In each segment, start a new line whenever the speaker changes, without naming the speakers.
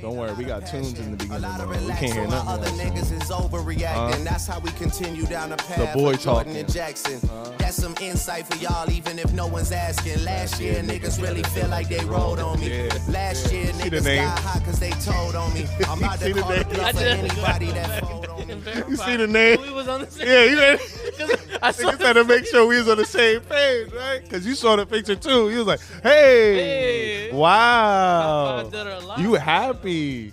Don't worry, we got tunes in the beginning.
A lot
though.
of
We
relax
can't hear
while
nothing.
other
else, man.
niggas is overreacting. That's how we continue down the path.
boy
of Jordan
talking.
and Jackson. That's some insight for y'all, even if no one's asking. Last year, niggas really feel like they rolled on me.
Yeah,
Last year,
See the
niggas
name?
got hot because they told on me. I'm about
See
to
the
call the
name?
bluff
I
for
just-
anybody that fold on me.
You see the name?
We was on the same.
Yeah, you know,
I
I
saw
just had to make sure we was on the same page, right? Because you saw the picture too. You was like, hey,
Hey. I
wow,
found that a lot.
Oh. you happy?
Happy,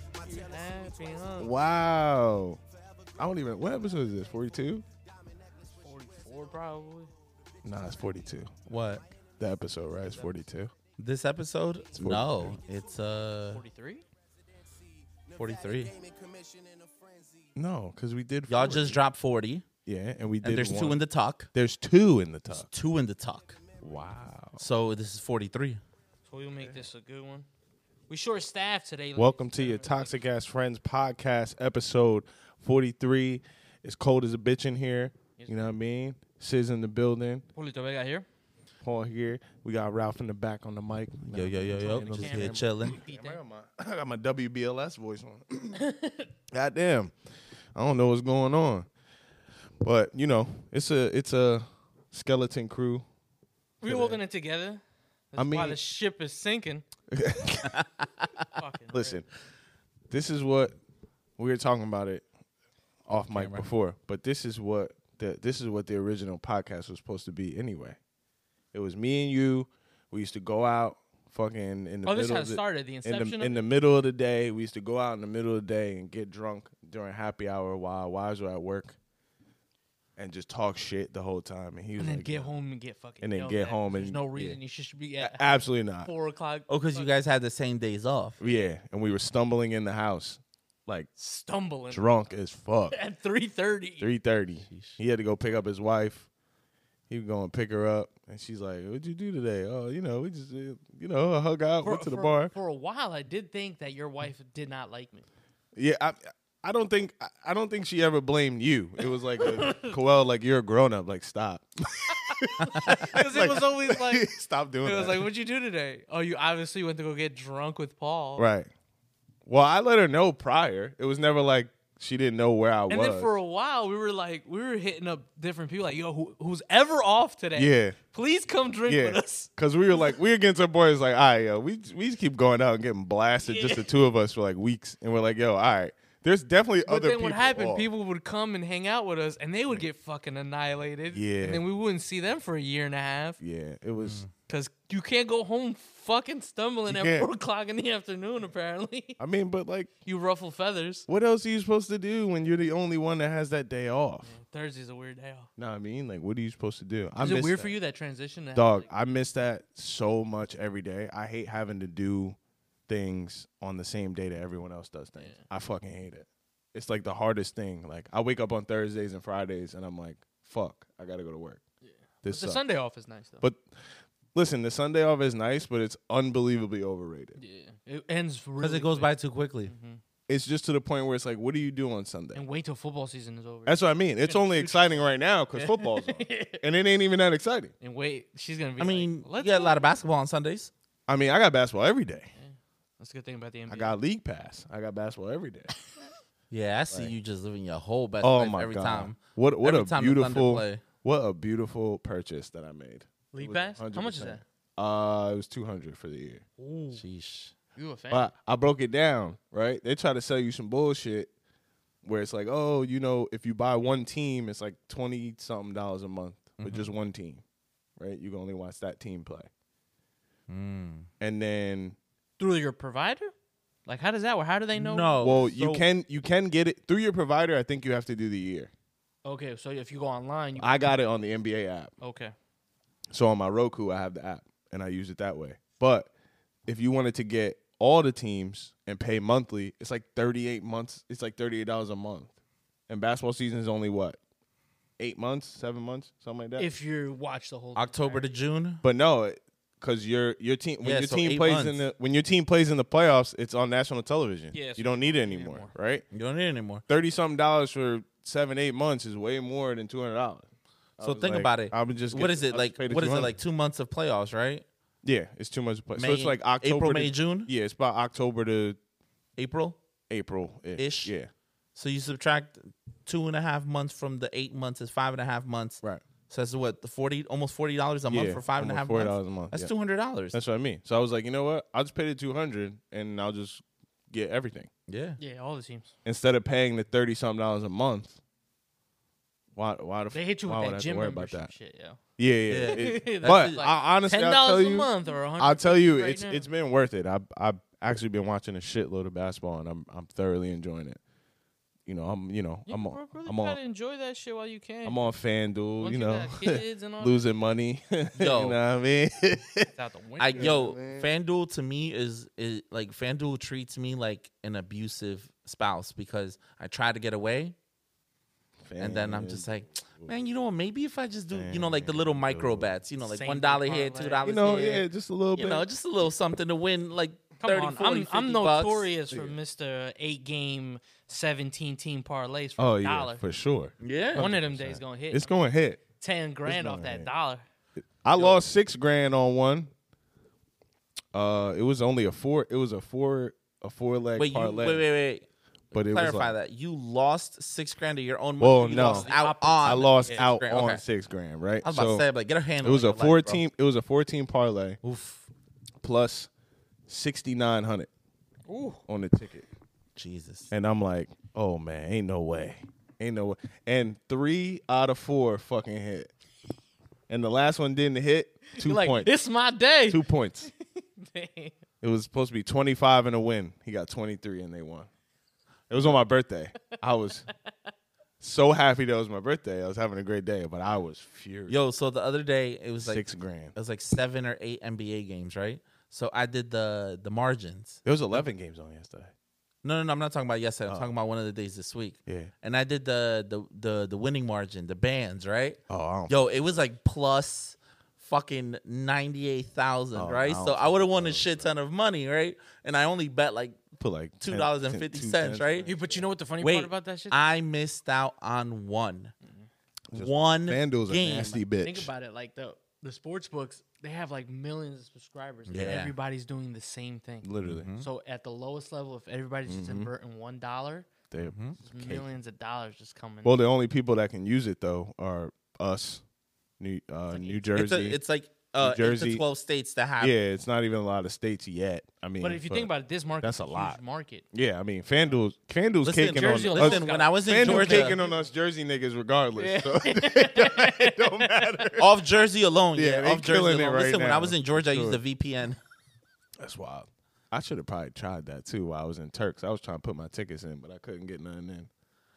huh?
Wow. I don't even. What episode is this? Forty-two?
44 probably.
Nah, it's forty-two.
What?
The episode, right? It's forty-two.
This episode?
forty-
No, it's uh
43?
43.
No, because we did.
Y'all
40.
just dropped 40,
yeah, and we did.
and there's
one.
two in the talk.
There's two in the top.
Two in the talk.
Wow.
So this is 43.
So we'll make this a good one. We short staffed today. ladies
Welcome
and
to your
gentlemen.
Toxic Ass Friends podcast, episode 43. It's cold as a bitch in here. You know what I mean? Sis in the building.
Julito Vega here.
Paul here. We got Ralph in the back on the mic.
Yo, yo, yo, yo. Just here chilling.
Damn, I got my- I got my WBLS voice on. Goddamn. I don't know what's going on. But, you know, it's a it's a skeleton crew.
We're all in it together. That's
I
why
mean-
the ship is sinking. Fucking
Listen, this is what we were talking about it off mic before, but this is what the this is what the original podcast was supposed to be anyway. It was me and you. We used to go out fucking in the
Oh,
middle
this is how
of
it
the,
started, the
in
inception
the
of
in the middle of the day. We used to go out in the middle of the day and get drunk during happy hour while our wives were at work, and just talk shit the whole time. And he was
And then
like,
get home and get fucking.
And then
yelled
get
at.
home
There's
and-
no
yeah.
reason you should be at
Absolutely not.
four o'clock.
Oh, because you guys had the same days off.
Yeah, and we were stumbling in the house, like
stumbling
drunk as fuck.
at three thirty.
Three thirty. He had to go pick up his wife. He was going to pick her up, and she's like, "What'd you do today? Oh, you know, we just, uh, you know, I hung out, went to the bar.
For a while, I did think that your wife did not like me.
yeah, I, I don't think, I- I don't think she ever blamed you. It was like, a, Coel, like you're a grown up, like stop,
Because it was always like, it
stop doing
was
that.
like, what'd you do today? Oh, you obviously went to go get drunk with Paul.
right. Well, I let her know prior. It was never like she didn't know where I
And
was.
then for a while, we were like, we were hitting up different people, like, yo, who, who's ever off today?
Yeah.
Please come drink with
yeah,
us.
because we were like, we were getting to a point. It's like, all right, yo, we we just keep going out and getting blasted, just the two of us for like weeks, and we're like, yo, all right. There's definitely
But
other
then
people.
what happened?
off.
People would come and hang out with us, and they would get fucking annihilated.
Yeah.
And then we wouldn't see them for a year and a half
Yeah, it was.
because you can't go home fucking stumbling
You
at
can't.
four o'clock in the afternoon. Apparently,
I mean, but like,
you ruffle feathers.
what else are you supposed to do when you're the only one that has that day off?
Thursday's a weird day off.
No, I mean, like, what are you supposed to do? I
Mm. Is it
miss
weird
that.
for you that transition? to have,
dog?
like-
I miss that so much every day. I hate having to do things on the same day that everyone else does things. I fucking hate it. It's like the hardest thing. Like, I wake up on Thursdays and Fridays, and I'm like, fuck, I gotta go to work.
the
This sucks.
Sunday off is nice though.
But listen, the Sunday off is nice, but it's unbelievably overrated.
yeah, it ends really
Because it goes
quick.
by too quickly.
It's just to the point where it's like, what do you do on Sunday?
And wait till football season is over.
That's what I mean. It's only exciting right now because football's on, and it ain't even that exciting.
and wait, she's gonna be.
I mean,
like, let's
you got a
go."
lot of basketball on Sundays.
I mean, I got basketball every day.
That's a good thing about the NBA.
I got league pass. I got basketball every day.
Yeah, I see you just living your whole best
Oh
life
my
every
god!
time.
What what
every
a
time the Thunder
beautiful
play.
what a beautiful purchase that I made.
league
was
pass. How much
100%.
is that?
Uh, it was two hundred for the year.
Sheesh.
You a fan?
But I broke it down, right? They try to sell you some bullshit where it's like, oh, you know, if you buy one team, it's like twenty something dollars a month with
Mm-hmm.
just one team, right? You can only watch that team play,
Mm.
and then
Through your provider? Like, how does that work? How do they know?
No.
well, you
so-
can you can get it through your provider. I think you have to do the year.
Okay, so if you go online, you
I got it on the NBA app.
okay.
So on my Roku, I have the app and I use it that way. But if you wanted to get all the teams and pay monthly, it's like 38 months. It's like $38 a month. And basketball season is only what? Eight months, seven months, something like that.
If you watch the whole
October to June.
but no, because your your team when
Yeah,
your
so
team
eight
plays in
months.
the when your team plays in the playoffs, it's on national television.
Yeah, so
you don't need it anymore, right?
You don't need it anymore.
Thirty something dollars for seven eight months is way more than two hundred dollars.
So
was
think
like,
about it.
I would just
what
get-
is
I'll
it
just
like?
pay the
What is it
200.
like? Two months of playoffs, right?
Yeah, it's too much to play. so
May-
it's like October,
April,
to-
May, June?
Yeah, it's about October to
April.
April
Ish.
Yeah.
So you subtract two and a half months from the eight months is five and a half months.
Right.
So that's what the forty almost forty dollars a month
Yeah,
for five and a
almost
half
$40
months.
a month,
That's
yeah.
two hundred dollars.
That's what I mean. So I was like, you know what? I'll just pay the two hundred and I'll just get everything
Yeah.
Yeah, all the teams.
instead of paying the thirty something dollars a month. Why? Why the?
They
f-
hit you
why
with
would I
that
have to
gym
worry about
membership
that?
shit, yeah.
Yeah, yeah.
Yeah.
it-
That's
but
like
I honestly,
Ten
I'll tell
dollars a
you,
month or a hundred.
I'll tell you,
right
it's
now.
it's been worth it. I've I've actually been watching a shitload of basketball, and I'm I'm thoroughly enjoying it. You know, I'm you know
You
I'm
bro-
on
really
I'm
gotta
on
enjoy that shit while you can.
I'm on FanDuel.
Once
you
you
know,
got kids um, and all that.
losing money. you know
Yo.
what I mean?
It's out the window.
I yo, FanDuel to me is is like FanDuel treats me like an abusive spouse because I try to get away and then I'm just like, man, you know what? Maybe if I just do, you know, like the little micro bets, you know, like
Same
one dollar here,
parlay.
two dollars
you know,
here,
yeah, just a little
you
bit.
know, just a little something to win, like
Come
30,
on,
40,
I'm, I'm
50 bucks.
notorious for Mr. Eight game, 17 team parlays for
oh
a
yeah,
dollar.
for sure.
Yeah,
One of them days gonna hit.
It's going to hit.
10 grand off
gonna
that
hit.
dollar.
I lost six grand on one. Uh, it was only a four. It was a four a four leg
wait, you, wait,
parlay.
wait, wait.
but it
Clarify
was like,
that. You lost six grand of your own money.
Well,
or you
no.
lost out
Opposite.
on.
I lost
six
out
grand?
on
Okay.
six grand, right?
I was about
So
to say, like, get a handle.
it was
on
a
your life,
four
bro.
team. It was a four team parlay
Oof.
plus sixty nine hundred
Ooh.
on the ticket,
Jesus.
and I'm like, oh man, ain't no way, ain't no way. And three out of four fucking hit, and the last one didn't hit. 2
You're like,
points.
it's my day.
Two points.
Damn.
It was supposed to be 25 and a win. He got 23 and they won. It was on my birthday. I was so happy that it was my birthday. I was having a great day, but I was furious.
Yo, so the other day it was like
Six grand.
it was like seven or eight NBA games, right? So I did the the margins.
There was 11 games on yesterday.
No, no, no, I'm not talking about yesterday. I'm talking about one of the days this week.
Oh. Yeah.
And I did the the the the winning margin, the bands, right?
Oh, I don't
Yo, it was like plus fucking 98,000,
Oh,
right?
I don't
So I
fuck
would have
with
won a
those,
shit ton of money, right? And I only bet like
put like
two dollars and
10
fifty
two
cents,
cents,
right?
You- but you know what the funny
Wait,
part about that shit?
I missed out on one.
Mm-hmm. Just-
One
FanDuel's
game.
a nasty bitch.
Think about it. Like the the sports books, they have like millions of subscribers. and
Yeah.
Everybody's doing the same thing.
Literally.
Mm-hmm.
So at the lowest level, if everybody's just
Mm-hmm.
inverting one dollar,
They-
Mm-hmm.
there's millions of dollars just coming.
Well, the only people that can use it, though, are us, New, uh, New Jersey.
It's, a, it's like uh, eight
Jersey.
to twelve states that have.
yeah, it's not even a lot of states yet. I mean,
but if you think about it, this market
that's
is
a lot.
huge market.
Yeah, I mean, FanDuel's, FanDuel's
Listen,
kicking
Jersey
on
alone
us.
listen. When I was in
FanDuel
Georgia,
taking on us Jersey niggas regardless. So it don't matter.
off Jersey alone,
Yeah,
yeah,
they
off Jersey
killing
alone.
it right
Listen, when
now,
I was in Georgia, I
sure.
used the VPN.
That's wild. I should have probably tried that too while I was in Turks. I was trying to put my tickets in, but I couldn't get nothing in.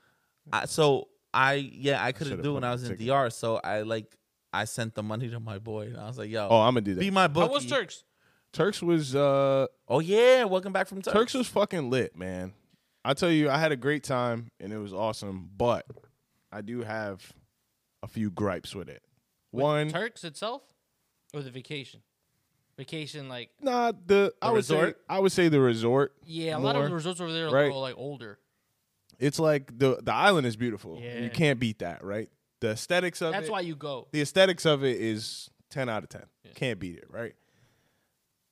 I, so I, yeah, I couldn't
should've
do when
bought
I
the
was in
ticket.
DR. So I like, I sent the money to my boy, and I was like, "Yo,
Oh, I'm gonna do that.
be my
How
bookie."
was Turks?
Turks was uh
Oh yeah, welcome back from Turks.
Turks was fucking lit, man. I tell you, I had a great time and it was awesome, but I do have a few gripes with it. One,
Turks itself, or the vacation? Vacation, like
nah, the, I
The
would say
resort?
I would say the resort.
yeah, a lot of
more.
the resorts over there are
right.
a little like older.
It's like the the island is beautiful.
Yeah.
You can't beat that, right? The aesthetics of
That's
it.
why you go.
the aesthetics of it is 10 out of 10 can't beat it right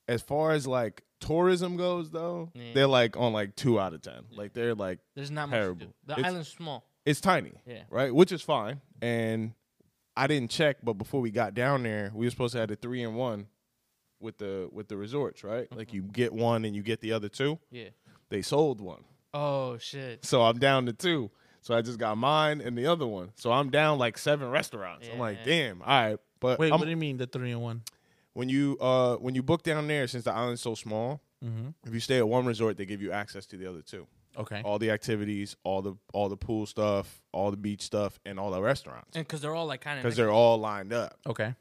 as far as like tourism goes though
Yeah.
they're like on like 2 out of 10 like they're like
There's not much to do.
Terrible.
The
It's-
island's small.
it's tiny
Yeah.
right which is fine and i didn't check but before we got down there we were supposed to have the 3 and 1 with the with the resorts right
Mm-hmm.
like you get one and you get the other two
Yeah.
they sold one
Oh shit.
so i'm down to two so i just got mine and the other one so i'm down like seven restaurants i'm like
Yeah.
damn all right but
Wait,
I'm,
what do you mean the three and one?
when you uh when you book down there since the island's so small
Mm-hmm.
if you stay at one resort they give you access to the other two
Okay,
all the activities all the all the pool stuff all the beach stuff and all the restaurants
And because they're all like kind
because
of
they're all lined up
okay.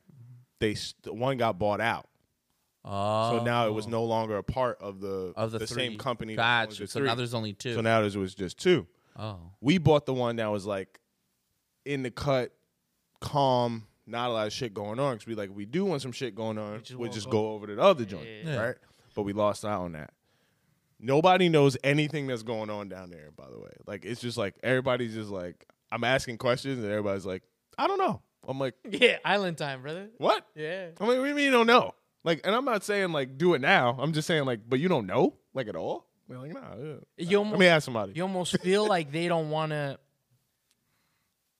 they st- one got bought out
Oh,
so now it was no longer a part of the
of the,
same
three.
company that owns
Gotcha.
the
So
three.
now there's only two.
so now there was just two
oh,
we bought the one that was like in the cut calm not a lot of shit going on because we like we do want some shit going on we
just
just,
won't go-
go over to the other joint
Yeah.
Yeah.
right but we lost out on that nobody knows anything that's going on down there by the way like it's just like everybody's just like i'm asking questions and everybody's like i don't know i'm like
yeah island time, brother.
what
Yeah.
i'm like what do you mean you don't know like and i'm not saying like do it now i'm just saying like but you don't know like at all They're like, nah. Yeah.
You almost,
Let me ask somebody.
you almost feel like they don't want to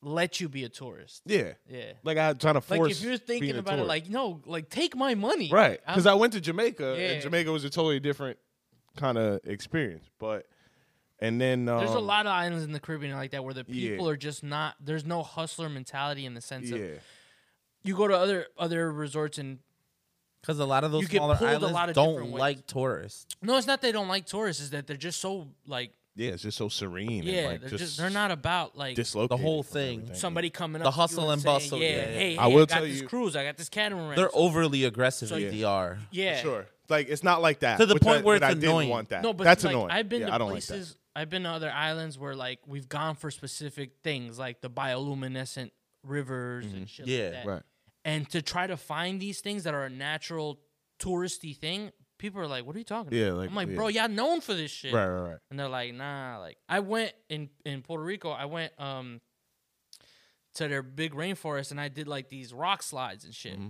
let you be a tourist.
yeah.
Yeah.
Like I'm trying to force.
Like if you're
being
thinking
a
about it,
tourist.
like no, like take my money.
Right.
I'm-
Because I went to Jamaica,
Yeah.
and Jamaica was a totally different kind of experience. But and then um,
there's a lot of islands in the Caribbean like that where the
yeah.
people are just not. There's no hustler mentality in the sense of
Yeah.
you go to other other resorts and
Because a lot of those
You get
smaller
pulled a
islands
lot of
don't
different ways.
like tourists.
no, it's not they don't like tourists. Is that they're just so like
Yeah. It's just so serene.
yeah,
and like
they're
just,
just, they're not about like
dislocated.
The whole
from
thing.
everything.
somebody coming up,
The
to you
hustle and
saying,
bustle,
Yeah,
yeah, yeah.
hey,
I
hey,
will
got
tell
this
you-
cruise. I got this catamaran.
They're overly aggressive.
So-
they are.
For
yeah,
Sure. Like it's not like that
To the
which
point
I,
where
but
it's
I didn't
annoying.
want that.
No, but
that's
like,
annoying.
I've been
yeah,
to
I don't
places.
Like
I've been to other islands where like we've gone for specific things, like the bioluminescent rivers and shit.
Yeah,
like that.
that. Mm-hmm. Right.
And to try to find these things that are a natural touristy thing, people are like, "What are you talking
Yeah,
about?"
like-
I'm like,
yeah.
"Bro, y'all known for this shit."
Right. Right. Right.
And they're like, "Nah." Like I went in in Puerto Rico. I went um to their big rainforest and I did like these rock slides and shit.
Mm-hmm.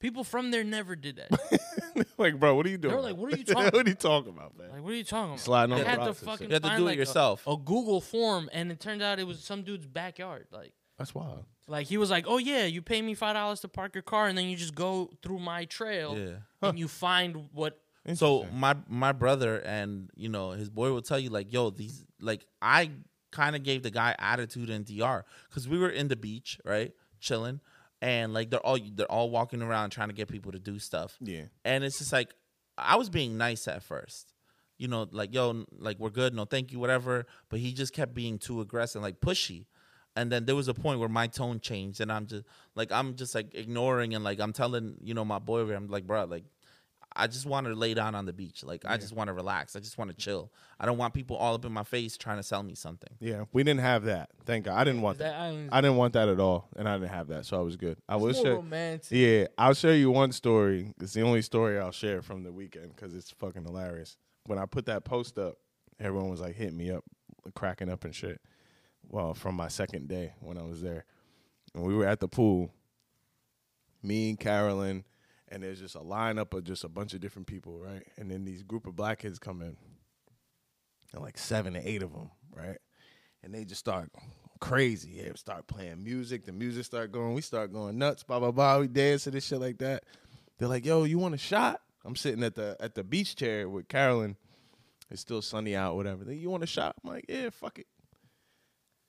People from there never did that.
like, bro, what are you doing?
like, what are you
about?
talking
what are you talking about, man?
Like, what are you talking about?
Sliding on
I
the
had to
rocks and
fucking
shit.
You have to
find,
do it
like, a- Oh,
yourself.
A, Google form, and it turned out it was some dude's backyard. Like,
that's wild.
like he was like, "Oh yeah, you pay me five dollars to park your car, and then you just go through my trail,
Yeah.
and you find what."
So my my brother and you know his boy will tell you like, yo, these like I kind of gave the guy attitude in DR because we were in the beach, right, chilling, and like they're all they're all walking around trying to get people to do stuff.
Yeah.
and it's just like I was being nice at first, you know, like yo, n- like we're good, no thank you, whatever. But he just kept being too aggressive, like pushy. And then there was a point where my tone changed, and I'm just like I'm just like ignoring and like I'm telling you know my boy, over here, I'm like bro, like I just want to lay down on the beach, like I just want to relax, I just want to chill. I don't want people all up in my face trying to sell me something.
Yeah, we didn't have that. Thank God, I didn't want
That
that.
island's-
I didn't want that at all, and I didn't have that, so I was good. I will
more
share.
romantic.
Yeah, I'll share you one story. It's the only story I'll share from the weekend because it's fucking hilarious. When I put that post up, everyone was like hitting me up, cracking up and shit. Well, from my second day when I was there, and we were at the pool. Me and Carolyn, and there's just a lineup of just a bunch of different people, right? And then these group of black kids come in, and like seven or eight of them, right? And they just start crazy. Yeah, start playing music. The music start going. We start going nuts. Blah blah blah. We dance to this shit like that. They're like, "Yo, you want a shot?" I'm sitting at the at the beach chair with Carolyn. It's still sunny out. Whatever. They, you want a shot? I'm like, "Yeah, fuck it."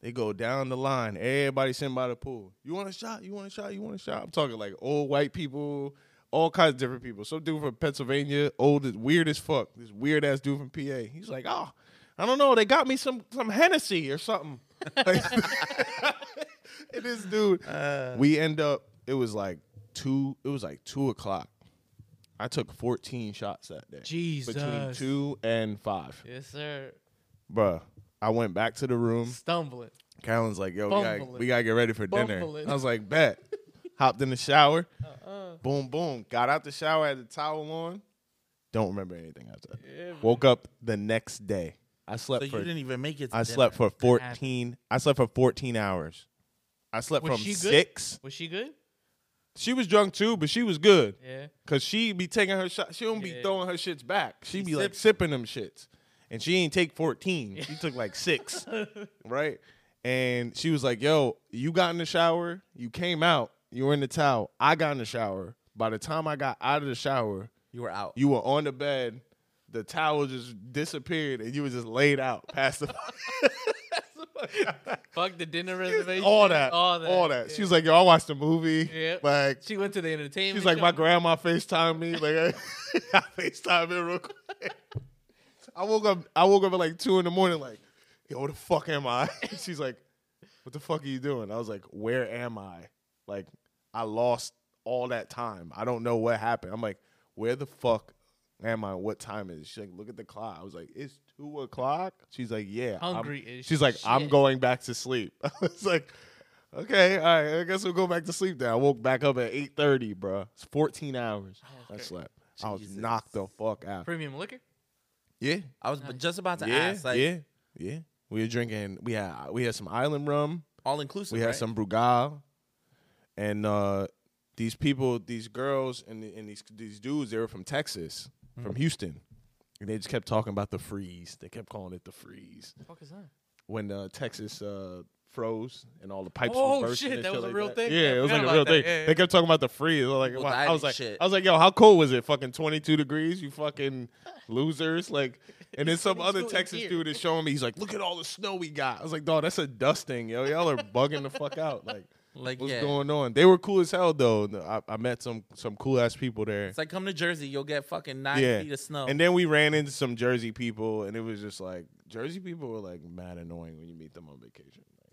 They go down the line. Everybody sitting by the pool. You want a shot? You want a shot? You want a shot? I'm talking like old white people, all kinds of different people. Some dude from Pennsylvania, old as weird as fuck. This weird ass dude from PA. He's like, oh, I don't know. They got me some some Hennessy or something. Like- and this dude, we end up. It was like two. It was like two o'clock. I took 14 shots that day. Between
Jesus.
two and five,
Yes, sir.
bruh. I went back to the room.
Stumbling.
Carolyn's like, yo, we gotta,
Bumble it.
we gotta get ready for
Bumble
dinner.
it.
I was like, bet. Hopped in the shower.
Uh-uh.
Boom, boom. Got out the shower, had the towel on. Don't remember anything after that. Woke up the next day. I
So
slept
you
for
didn't even make it. To
I
dinner.
slept for
happened.
fourteen. I slept for fourteen hours. I slept
Was
from
she good?
six.
Was she good?
She was drunk too, but she was good.
Yeah.
Cause she be taking her shot. She don't be
Yeah.
throwing her shits back. She, be like sipping them shits. And she ain't take 14. She took like six. right? And she was like, yo, you got in the shower, you came out, you were in the towel. I got in the shower. By the time I got out of the shower,
You were out.
you were on the bed, the towel just disappeared, and you were just laid out past the
Fuck the dinner reservation.
all that.
All that.
She was like, yo, I watched the movie.
Yeah.
Like
She went to the entertainment.
She's like, my
show.
grandma FaceTimed me. Like, I, I FaceTimed her real quick. I woke up. I woke up at like two in the morning. Like, yo, what the fuck am I? She's like, what the fuck are you doing? I was like, where am I? Like, I lost all that time. I don't know what happened. I'm like, where the fuck am I? What time is it? She's like, look at the clock. I was like, it's two o'clock. She's like, yeah. I'm-
Hungry as
She's like, I'm
shit.
going back to sleep. I was like. Okay, all right. I guess we'll go back to sleep then. I woke back up at eight thirty, bro. It's fourteen hours. I slept. I was
Oh, Jesus.
knocked the fuck out.
premium liquor.
Yeah,
I was just about to
yeah,
ask. Like,
yeah, yeah. We were drinking. We had we had some island rum.
all inclusive.
We had
right?
some Brugal, and uh,
Mm-hmm.
these people, these girls, and and these these dudes, they were from Texas, from Houston, And they just kept talking about the freeze. They kept calling it the freeze
fuck is that?
when uh, Texas uh, froze and all the pipes.
Oh,
were bursting
shit,
and
that
shit
was a
like
real thing?
Yeah,
I
it was like
forgot
a real
about
thing.
that. Yeah, yeah.
They kept talking about the freeze. I was like,
People
wow.
died
I was
and
like,
shit.
I was like, yo, how cold was it? Fucking twenty two degrees. You fucking losers. Like, and then some
22
other
in
Texas
here.
dude is showing me. He's like, look at all the snow we got. I was like, dog, that's a dusting, yo. Y'all are bugging the fuck out. Like.
Like
What's
yeah.
going on? They were cool as hell though. No, I, I met some some cool ass people there.
It's like come to Jersey, you'll get fucking nine
yeah,
feet of snow.
and then we ran into some Jersey people, and it was just like Jersey people were like mad annoying when you meet them on vacation. Like,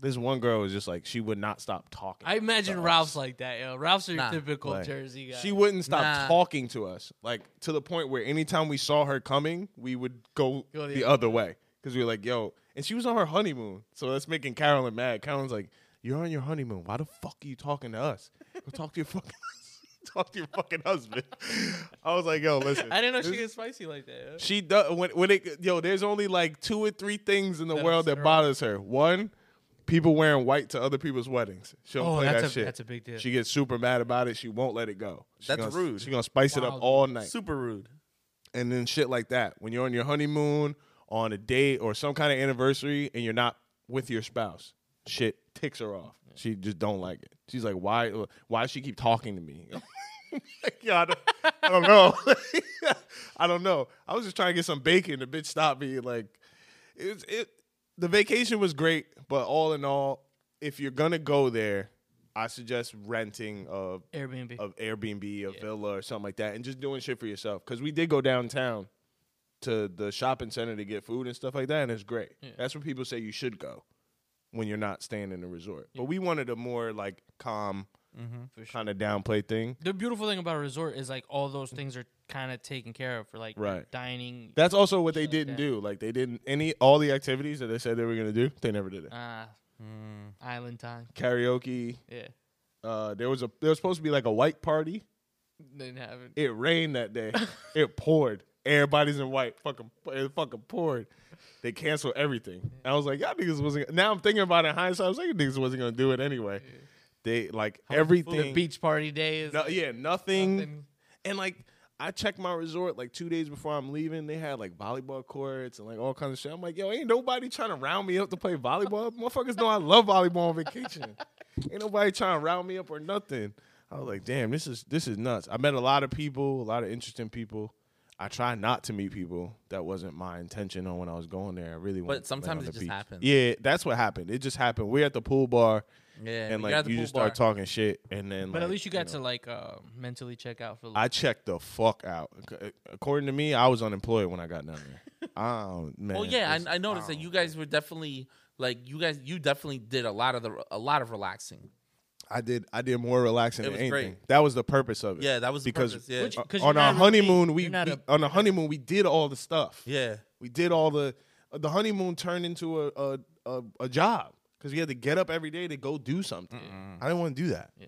this one girl was just like she would not stop talking.
I imagine
to
Ralph's
us.
like that. Yo. Ralph's your
Nah.
typical
Like,
Jersey guy.
She wouldn't stop
Nah.
talking to us, like to the point where anytime we saw her coming, we would go,
Go the
the,
other
other way because we were like, "Yo!" And she was on her honeymoon, so that's making Carolyn mad. Carolyn's like, "You're on your honeymoon. Why the fuck are you talking to us? Go talk to your fucking talk to your fucking husband." I was like, "Yo, listen."
I didn't know she
this-
gets spicy like that. yo.
She does when when it yo. There's only like two or three things in the
That
world
upset
that
her.
bothers her. One, people wearing white to other people's weddings. She don't
Oh,
play
that's
that
a-
shit.
that's a big deal.
She gets super mad about it. She won't let it go. She
That's
gonna,
rude.
She gonna spice it
Wow,
up all night.
Super rude.
And then shit like that. When you're on your honeymoon, on a date, or some kind of anniversary, and you're not with your spouse, shit ticks her off. She just don't like it. She's like, why? Why does she keep talking to me? Like, yo, I don't, I don't know. I don't know. I was just trying to get some bacon. The bitch stopped me. Like, it was it. The vacation was great, but all in all, if you're gonna go there, I suggest renting a
Airbnb.
of Airbnb, a villa, or something like that, and just doing shit for yourself. Because we did go downtown to the shopping center to get food and stuff like that, and it's great. That's where people say you should go when you're not staying in a resort. But we wanted a more like calm, kind of downplay thing.
the beautiful thing about a resort is like all those things are kind of taken care of for like your
Right.
dining.
That's also what they
like
didn't
that.
do. Like they didn't any all the activities that they said they were gonna do, they never did it.
uh,
Mm.
island time.
Karaoke.
Yeah,
Uh, there was a there was supposed to be like a white party.
they didn't have it.
It rained that day. it poured. Everybody's in white. Fucking, it fucking poured. They canceled everything. I was like, y'all niggas wasn't. Now I'm thinking about it in hindsight. I was like, you niggas wasn't gonna do it anyway. They like everything.
The beach party day is.
No, yeah, nothing.
Nothing.
And like, I checked my resort like two days before I'm leaving. They had like volleyball courts and like all kinds of shit. I'm like, yo, ain't nobody trying to round me up to play volleyball. Motherfuckers know I love volleyball on vacation. ain't nobody trying to round me up or nothing. I was like, damn, this is this is nuts. I met a lot of people, a lot of interesting people. I try not to meet people. That wasn't my intention on when I was going there. I really wanted to land on
sometimes it
the
just
beach.
happens.
Yeah, that's what happened. It just happened. We're at the pool bar,
Yeah.
and
we got
like
the
you
pool
just
bar.
start talking shit, and then.
But at
like,
least you got
know.
to like uh, mentally check out for. a little
I checked the fuck out. Ac- According to me, I was unemployed when I got down there. Oh man.
Well, yeah,
this-
I, I noticed that you guys were definitely like you guys. You definitely did a lot of the a lot of relaxing.
I did. I did more relaxing
It
than
was
anything.
great.
That was the purpose of it.
Yeah, that was the
because
purpose, yeah. Which-
uh,
'cause you're
on our
not really-
honeymoon, we,
you're not
we-
a-
on the honeymoon we did all the stuff.
Yeah.
we did all the uh, the honeymoon turned into a a, a, a job because we had to get up every day to go do something. I didn't want to do that.
Yeah.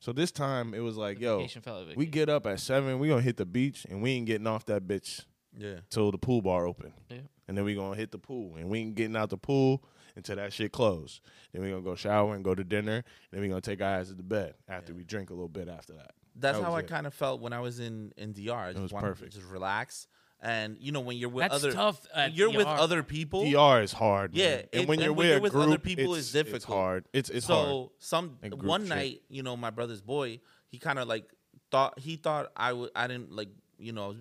So this time it was like, yo,
vacation felt like
we
vacation.
get up at seven, we gonna hit the beach, and we ain't getting off that bitch
Yeah.
till the pool bar open.
Yeah.
And then we gonna hit the pool. And we ain't getting out the pool until that shit closed. Then we gonna go shower and go to dinner. Then we gonna take our ass to the bed after we drink a little bit after that.
That's
That
how
was
I
it.
kind of felt when I was in in DR. I just
was
wanted
perfect.
to just relax. And you know when you're with
That's
other
tough
when
at
you're with
DR.
other people.
DR is hard. man.
Yeah, it-
and when
and
you're
when
with
you're
a
with
group,
other people,
it's,
it's
It's
difficult.
hard. It's it's hard.
so some
And group
one
shit.
night, you know, my brother's boy, he kind of like thought he thought I would I didn't like you know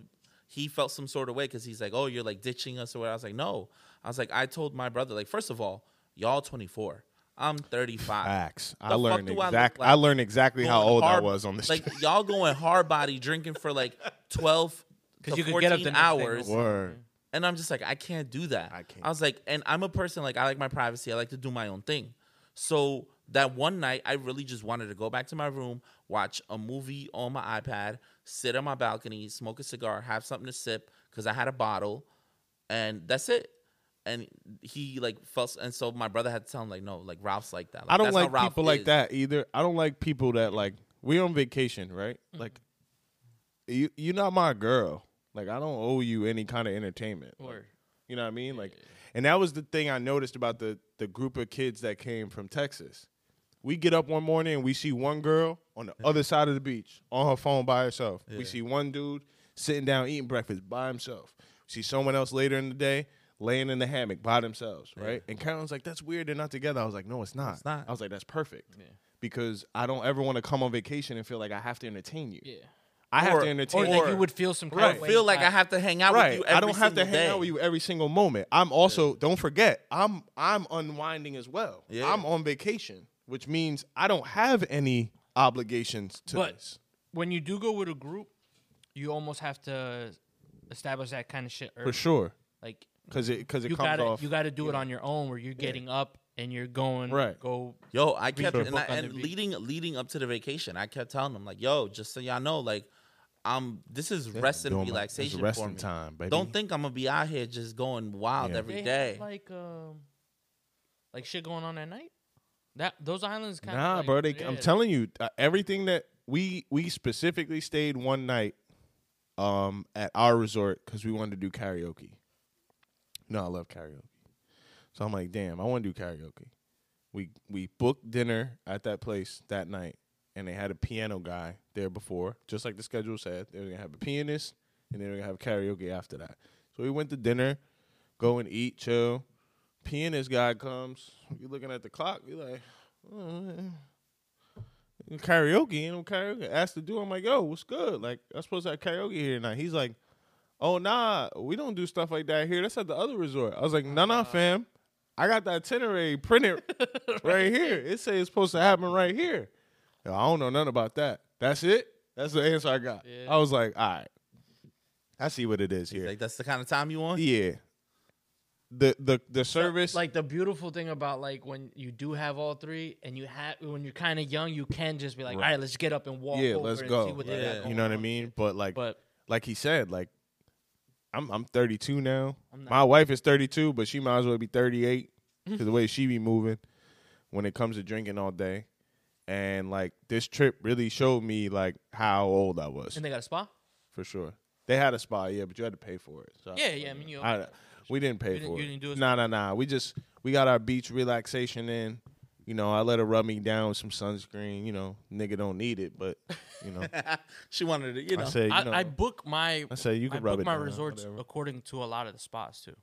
he felt some sort of way because he's like, oh, you're like ditching us or what? I was like, no, I was like, I told my brother like, first of all, y'all 24, I'm 35.
Facts.
The
I
fuck
learned
do I look
exactly. I,
like?
learned exactly Ah, how
going
old I
hard-
was on this.
Like y'all going hard body drinking for like 12
'Cause
to
you could
14
get up the next day and
hours.
go
word.
And I'm just like, I can't do that.
I can't.
I was like, and I'm a person like I like my privacy. I like to do my own thing. So that one night, I really just wanted to go back to my room, watch a movie on my iPad, sit on my balcony, smoke a cigar, have something to sip because I had a bottle, and that's it. And he like felt, and so my brother had to tell him like, no, like Ralph's like that.
I don't
that's how
like
Ralph
people like
is.
that either. I don't like people that like we on vacation, right?
Mm-hmm.
Like you you're not my girl. Like I don't owe you any kind of entertainment. Like,
Word.
you know what I mean? Like and that was the thing I noticed about the the group of kids that came from Texas. We get up one morning and we see one girl on the other side of the beach on her phone by herself. We see one dude sitting down eating breakfast by himself. See someone else later in the day laying in the hammock by themselves, right? And Carolyn's like, "That's weird. They're not together." I was like, "No, it's not.
It's not.
I was like, "That's perfect." Because I don't ever want to come on vacation and feel like I have to entertain you.
Yeah.
I have
Or-
to
or
entertain.
Or
you.
that you would feel some kind
Right.
of
I
way
feel like I
about-
have to hang out with
right.
you. Every
I don't have to
single
hang
day.
out with you every single moment. I'm also don't forget. I'm I'm unwinding as well.
Yeah.
I'm on vacation, which means I don't have any obligations to
But-
this.
when you do go with a group, you almost have to establish that kind of shit. Early.
For sure,
Like
because it because it
you
comes
gotta
off.
you gotta do it on your own, where you're getting up and you're going
Right.
Go
Yo, I kept
the
and, I,
book on
and
the beat.
leading leading up to the vacation, I kept telling them like, "Yo, just so y'all know, like, I'm this is rest and
doing my- this is
relaxation
rest
for
and
me.
time, baby.
Don't think I'm gonna be out here just going wild
Yeah.
every
They
day.
have, like um, like shit going on at night. That those islands kind of
Nah,
like,
bro. They,
yeah,
I'm telling you, uh, everything that we we specifically stayed one night, um, at our resort because we wanted to do karaoke. No, I love karaoke, so I'm like, damn, I want to do karaoke. We we booked dinner at that place that night, and they had a piano guy there before, just like the schedule said. They were gonna have a pianist, and they were gonna have karaoke after that. So we went to dinner, go and eat, chill. Pianist guy comes. You looking at the clock? You like, Uh, karaoke, ain't no karaoke. Asked the dude, I'm like, yo, what's good? Like, I'm supposed to have karaoke here tonight. He's like, oh, nah, we don't do stuff like that here. That's at the other resort. I was like, nah, nah, fam. I got the itinerary printed right, here. It says it's supposed to happen right here. Yo, I don't know nothing about that. That's it? That's the answer I got.
Yeah.
I was like, all right. I see what it is here.
Like that's the kind of time you want.
yeah. The the the service
Like the beautiful thing about like when you do have all three, and you have when you're kind of young, you can just be like, all right, let's get up and walk.
Yeah,
over
let's
and
go.
See what
Like,
they got
You
going
know what I
on.
mean? uh, But like,
But-
like he said, like I'm I'm 32 now.
not-
My wife is 32, but she might as well be 38 because the way she be moving when it comes to drinking all day. And like this trip really showed me like how old I was
And they got a spa.
for sure. They had a spa, yeah, but you had to pay for it. So I-
Yeah, yeah. I mean, you
Uh, I, we didn't pay
didn't-
for
you
it.
didn't do it?
Nah, nah, nah. We just we got our beach relaxation in. You know, I let her rub me down with some sunscreen. You know, nigga don't need it, but you know,
she wanted to, you know.
I said, you
I,
know,
I book my
I say you
I
can rub
book
it
my
down,
resorts
whatever.
according to a lot of the spas too.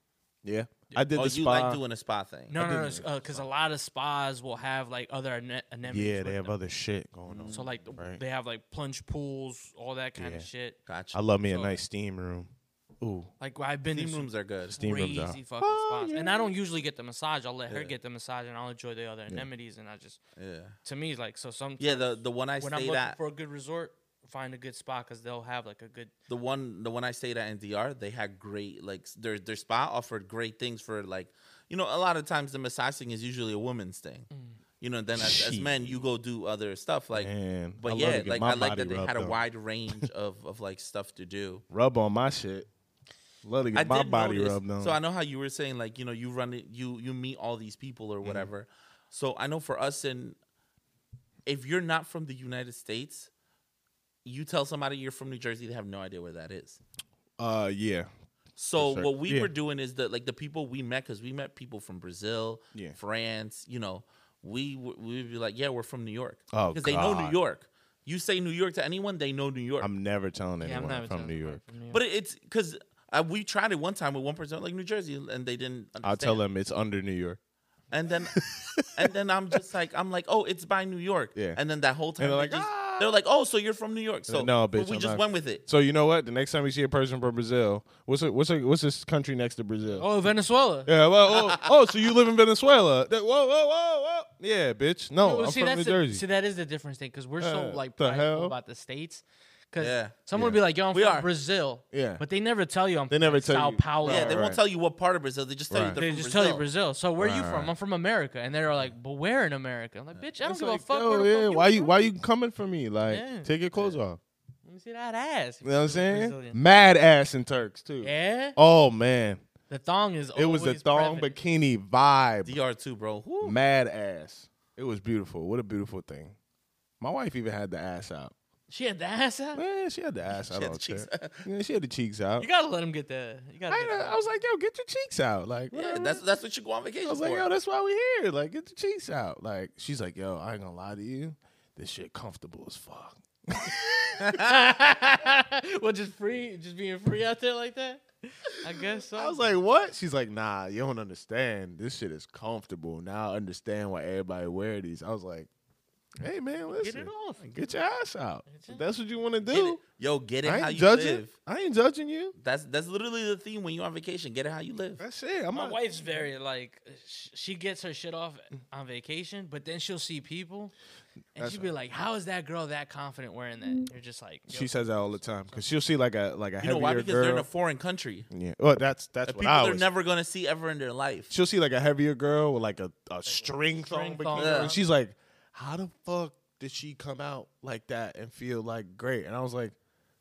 yeah. I did
oh,
the
you
spa.
like doing a spa thing?
No, no, no, because a lot of spas will have like other ane- anemones.
yeah,
with
they have
them.
other shit going on.
So like the,
Right.
they have like plunge pools, all that kind
Yeah.
of shit.
Gotcha.
I love me a
so-
nice steam room. Ooh,
Like I've been to
Steam
some
rooms are good.
steam rooms
crazy
are. Oh,
fucking spots, and I don't usually get the massage. I'll let her get the massage, and I'll enjoy the other amenities. And I just
Yeah.
to me like so some
Yeah. The the one I
when I'm
stayed
looking
at,
for a good resort, find a good spot because they'll have like a good
the one the one I stayed at in DR, they had great like s- their their spa offered great things for like you know a lot of times the massaging is usually a woman's thing. You know, then as, as men you go do other stuff like.
Man, I
But
love to
yeah,
get
like
my
I like
body
that they
rubbed
had a
on.
wide range of of like stuff to do.
Rub on my shit. Love to get
I
my
did
body
notice-
rubbed on.
So I know how you were saying like you know you run it you you meet all these people or
Mm.
whatever. So I know for us in if you're not from the United States, you tell somebody you're from New Jersey, they have no idea where that is.
uh, yeah,
So
For sure.
what we
Yeah.
were doing is that like the people we met because we met people from Brazil,
Yeah.
France, you know, we w- we would be like, yeah, we're from New York
Oh,
they know New
God.
York. You say New York to anyone, they know New York.
I'm never telling
Yeah, I'm
anyone
not
I'm from
telling
New
you,
York.
from New York.
but it, it's because uh, we tried it one time with one person like New Jersey, and they didn't. Understand.
I'll tell them it's under New York.
and then and then I'm just like I'm like, oh, it's by New York.
Yeah.
And then that whole time
they're
they
like,
just-
"Ah."
they're like, oh, so you're from New York. So
no,
but
bitch,
we
I'm
just
not.
went with it.
So you know what? The next time we see a person from Brazil, what's a, what's a, what's this country next to Brazil?
oh Venezuela.
Yeah, well, oh, oh, so you live in Venezuela? That- whoa, whoa, whoa, whoa! Yeah, bitch. No,
Well,
Oh, I'm
see,
from
that's
New
the-
Jersey.
see, that is the difference thing because we're so
Uh,
like
the
prideful
hell?
about the states. Because
Yeah.
someone would be like, "Yo, I'm
We
from
are.
Brazil."
Yeah.
but they never tell you. I'm
They
from
never tell
Sao
you.
Paulo.
yeah,
Right,
they won't
right.
tell you what part of Brazil. They just tell
Right.
you they're
They
from
just
Brazil.
tell you Brazil. So where are you
Right,
from?
right.
I'm from America, and they're like, "But where in America?" I'm like, "Bitch, I don't
It's
give a
like,
fuck."
yo,
where the
yeah,
fuck
why
you
you
from.
why you coming for me? Like,
Yeah.
take your clothes off.
Let me see that ass.
You know what I'm saying?
Brazilian.
Mad ass and Turks too.
Yeah,
Oh man,
the thong is.
it was a
always
thong
prevalent.
bikini vibe.
Dr. Too, bro. Whew.
Mad ass. It was beautiful. What a beautiful thing. My wife even had the ass out.
She had the ass out.
Man, she had the ass out.
had
all
the cheeks
check. yeah, she had the cheeks out.
You gotta let him get the. You gotta.
I,
get
ain't-
the-
I was like, yo, get your cheeks out. Like,
Yeah,
whatever.
that's that's what you go on vacation
I was
for.
like, yo, that's why we here. Like, get your cheeks out. Like, she's like, yo, I ain't gonna lie to you. This shit comfortable as fuck.
well, just free, just being free out there like that. I guess so.
I was like, what? She's like, nah, you don't understand. This shit is comfortable. Now I understand why everybody wear these. I was like, hey man, listen.
get it off.
Get your ass out.
it.
If that's what you want to
Get
do.
it- Yo, get it
I
how
ain't
you
judging.
live.
I ain't judging you.
That's that's literally the theme when you're on vacation. Get it how you live.
That's it. I'm
My
not,
wife's very like, sh- she gets her shit off on vacation, but then she'll see people, and she'll be like, "How is that girl that confident wearing that?" You're just like, yo,
she says that all the time because she'll see like a like a
You
heavier
know why? Because
girl.
they're in a foreign country.
yeah. Well, that's that's
That
what
people
I
they're
was.
never gonna see ever in their life.
she'll see like a heavier girl with like a, a string thong
string
bikini,
thong
on,
Yeah.
and she's like, "How the fuck did she come out like that and feel like great?" And I was like,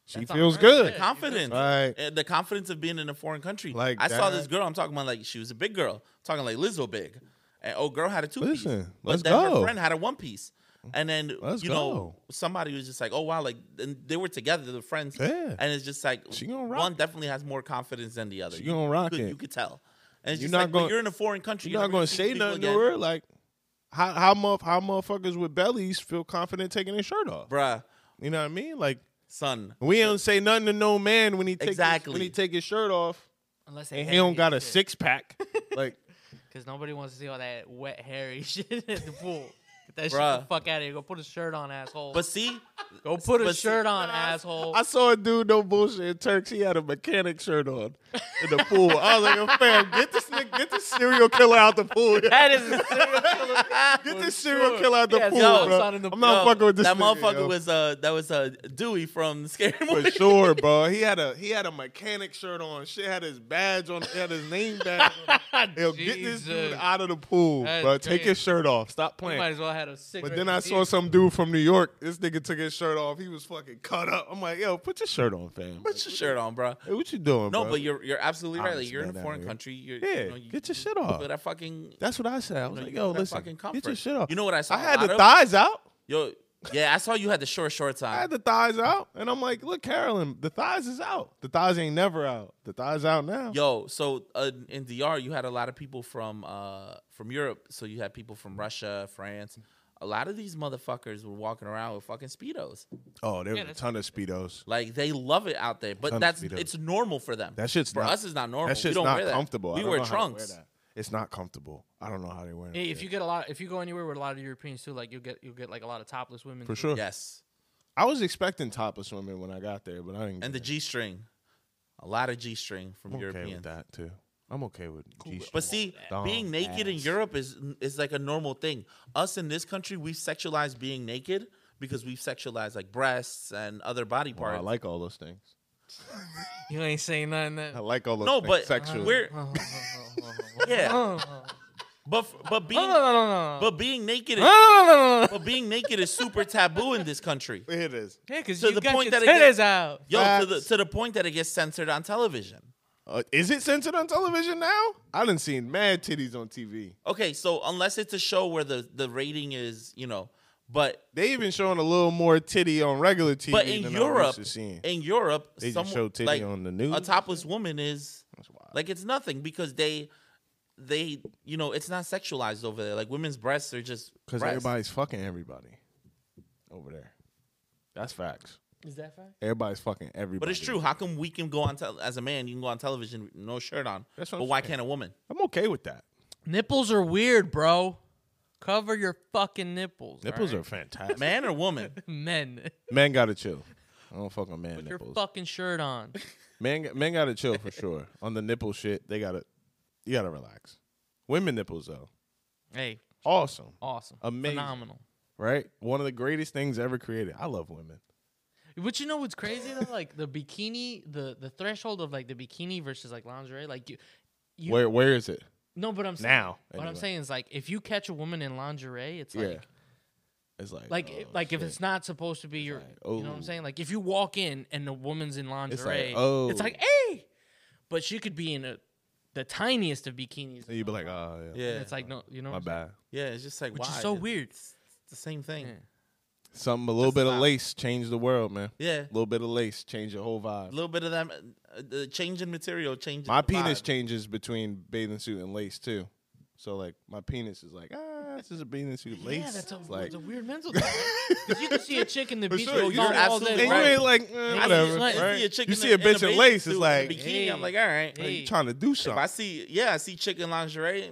"She
That's on
feels
her.
good."
Yeah.
confidence.
Right.
Uh, The confidence of being in a foreign country.
Like
I saw
that.
this girl. I'm talking about like she was a big girl. talking like Lizzo big. And old girl had a two piece.
Listen,
But
let's
then her
go.
friend had a one piece. And then
Let's
you know
go.
somebody was just like, oh wow, like and they were together, the friends.
Yeah.
And it's just like
She gonna rock
one
it.
definitely has more confidence than the other.
She gonna rock
you, could-
it.
You could tell. And it's
You're
just
not
like, but
gonna-
you're in a foreign country.
You're not
never
gonna
see
say
people
nothing
again.
to her. Like, how how muff how motherfuckers with bellies feel confident taking their shirt off?
Bruh,
You know what I mean? Like,
son.
we don't say nothing to no man when he take his,
Exactly.
when he take his shirt off
unless they
and he don't got a
sick
six pack. like,
because nobody wants to see all that wet hairy shit in the pool. Get that shit
Bruh.
the fuck out of here. Go put a shirt on, asshole.
But see,
Go put a
but see-
shirt on, asshole.
I saw a dude no bullshit in Turks. He had a mechanic shirt on in the pool. I was like, "Yo, fam, get this nigga, get this serial killer out the pool. Get
that is a serial killer.
this serial killer out the
Yeah,
pool,
yo,
bro.
son in the
I'm not
yo,
fucking with this.
that
nigga,
motherfucker
yo.
was uh that was uh Dewey from Scary Movie.
for sure, bro. He had a he had a mechanic shirt on. Shit had his badge on. He had his name badge. on. Yo, get this dude
Jesus.
out of the pool,
That's
bro. Take
crazy.
his shirt off. Stop
You Might
playing.
as well had a cigarette.
But then I
and
saw some dude from New York. This nigga took his shirt off. He was fucking cut up. I'm like, yo, put your shirt on, fam.
Put your shirt on, bro.
Hey, what you doing,
No,
bro?
but you're you're absolutely right.
Honest,
Like you're in
man,
a
out
foreign
here.
country. You're,
Yeah,
you know, you,
get your
you
shit off.
Put that fucking.
That's what I said. I was
you
like,
got
yo,
that
listen,
fucking
get your
comfort.
shit off.
You know what I saw
I
a
had
lot
the
of?
thighs out.
Yo, yeah, I saw you had the short shorts
I had
on.
the thighs out, and I'm like, look, Carolyn, the thighs is out. The thighs ain't never out. The thighs out now.
Yo, so uh, in DR, you had a lot of people from uh from Europe. So you had people from Russia, France. A lot of these motherfuckers were walking around with fucking speedos.
Oh, there was
Yeah,
a
that's-
ton of speedos.
Like they love it out there, but
Ton of
that's
Speedos.
it's normal for them.
That shit's
for
not-
us. It's not normal.
That
we
shit's
don't
not
wear that.
comfortable. I
We
don't
wear
know how to wear
trunks.
that. It's not comfortable. I don't know how they wear it.
Hey, if you get a lot, if you go anywhere with a lot of European too, like you'll get you'll get like a lot of topless women
for
too.
sure.
Yes,
I was expecting topless women when I got there, but I didn't.
and the
get
G string, a lot of G string from
I'm okay
Europeans.
with that too. I'm okay with. G-string.
But see,
Thong
being naked in
ass.
Europe is is like a normal thing. Us in this country, we've sexualized being naked because we've sexualized like breasts and other body
Well, I
parts.
like all those things.
You ain't saying nothing. That,
I like all those.
no,
things
but
sexually.
we're yeah, but
No,
but
no,
being
no, no, no.
but being naked
No,
is,
no, no, no, no, no.
but being naked is super taboo in this country.
Here it is.
Yeah, because
to
you
the
got
point
your
that it
titties
gets-
out.
Yo, to the
Facts.
to the point that it gets censored on television.
Uh, is it censored on television now? I done seen mad titties on TV.
Okay, so unless it's a show where the the rating is you know, but
They even showing a little more titty on regular TV.
but in
than I used
Europe,
to seeing.
in Europe,
They just
someone-
show titty
like,
on the news
A
and
topless woman is
That's wild.
like it's nothing because they, they you know it's not sexualized over there. Like women's breasts are just
Because
breasts.
everybody's fucking everybody over there. That's facts.
Is that fact?
Everybody's fucking everybody.
But it's true. How come we can go on tel- as a man? You can go on television with no shirt on,
That's what
but
I'm
why
saying.
can't a woman?
I'm okay with that.
Nipples are weird, bro. Cover your fucking nipples.
Nipples
alright?
are fantastic.
Man or woman?
men.
Men gotta chill. I don't fuck on man
Put your
nipples.
fucking shirt on.
men, men gotta chill for sure. On the nipple shit, they gotta, you gotta relax. Women nipples though,
hey,
awesome,
awesome,
Amazing.
phenomenal.
right? One of the greatest things ever created. I love women.
But you know what's crazy though? Like the bikini, the the threshold of like the bikini versus like lingerie, like you, you
Where, where is it
no, but I'm saying,
now?
What I'm
anyway?
saying is like if you catch a woman in lingerie, it's
yeah,
like
it's like,
like
oh,
like if
shit.
it's not supposed to be your
like,
you know what
oh.
I'm saying? Like if you walk in and the woman's in lingerie,
oh.
it's like, hey. But she could be in a, the tiniest of bikinis.
you'd be like, oh yeah,
Yeah,
And it's like no, you know,
my
what I'm
bad.
yeah. It's just like
saying? which
why?
is so
It's
weird.
the same thing.
Yeah.
Something a little bit of
not-
lace changed the world, man.
Yeah.
A little bit of lace changed the whole
A
vibe.
little bit of them, uh, the change in material changes.
My
the
penis
vibe.
changes between bathing suit and lace too. So like my penis is like ah, this is a penis who lace.
Yeah, that's a,
It's
that's
like
a weird mental. Because you can see a chick in the
For
beach
sure,
go
you
golf
can
all day.
and
absolutely-
you
long.
Right.
ain't like eh, whatever.
like,
right?
see a chick
you
in
see
the-
a
in the
bitch in
bathing
lace. It's
suit,
like
bikini.
you
I'm like, all right.
Hey.
trying to do
If I
something.
see, yeah, I see chicken lingerie.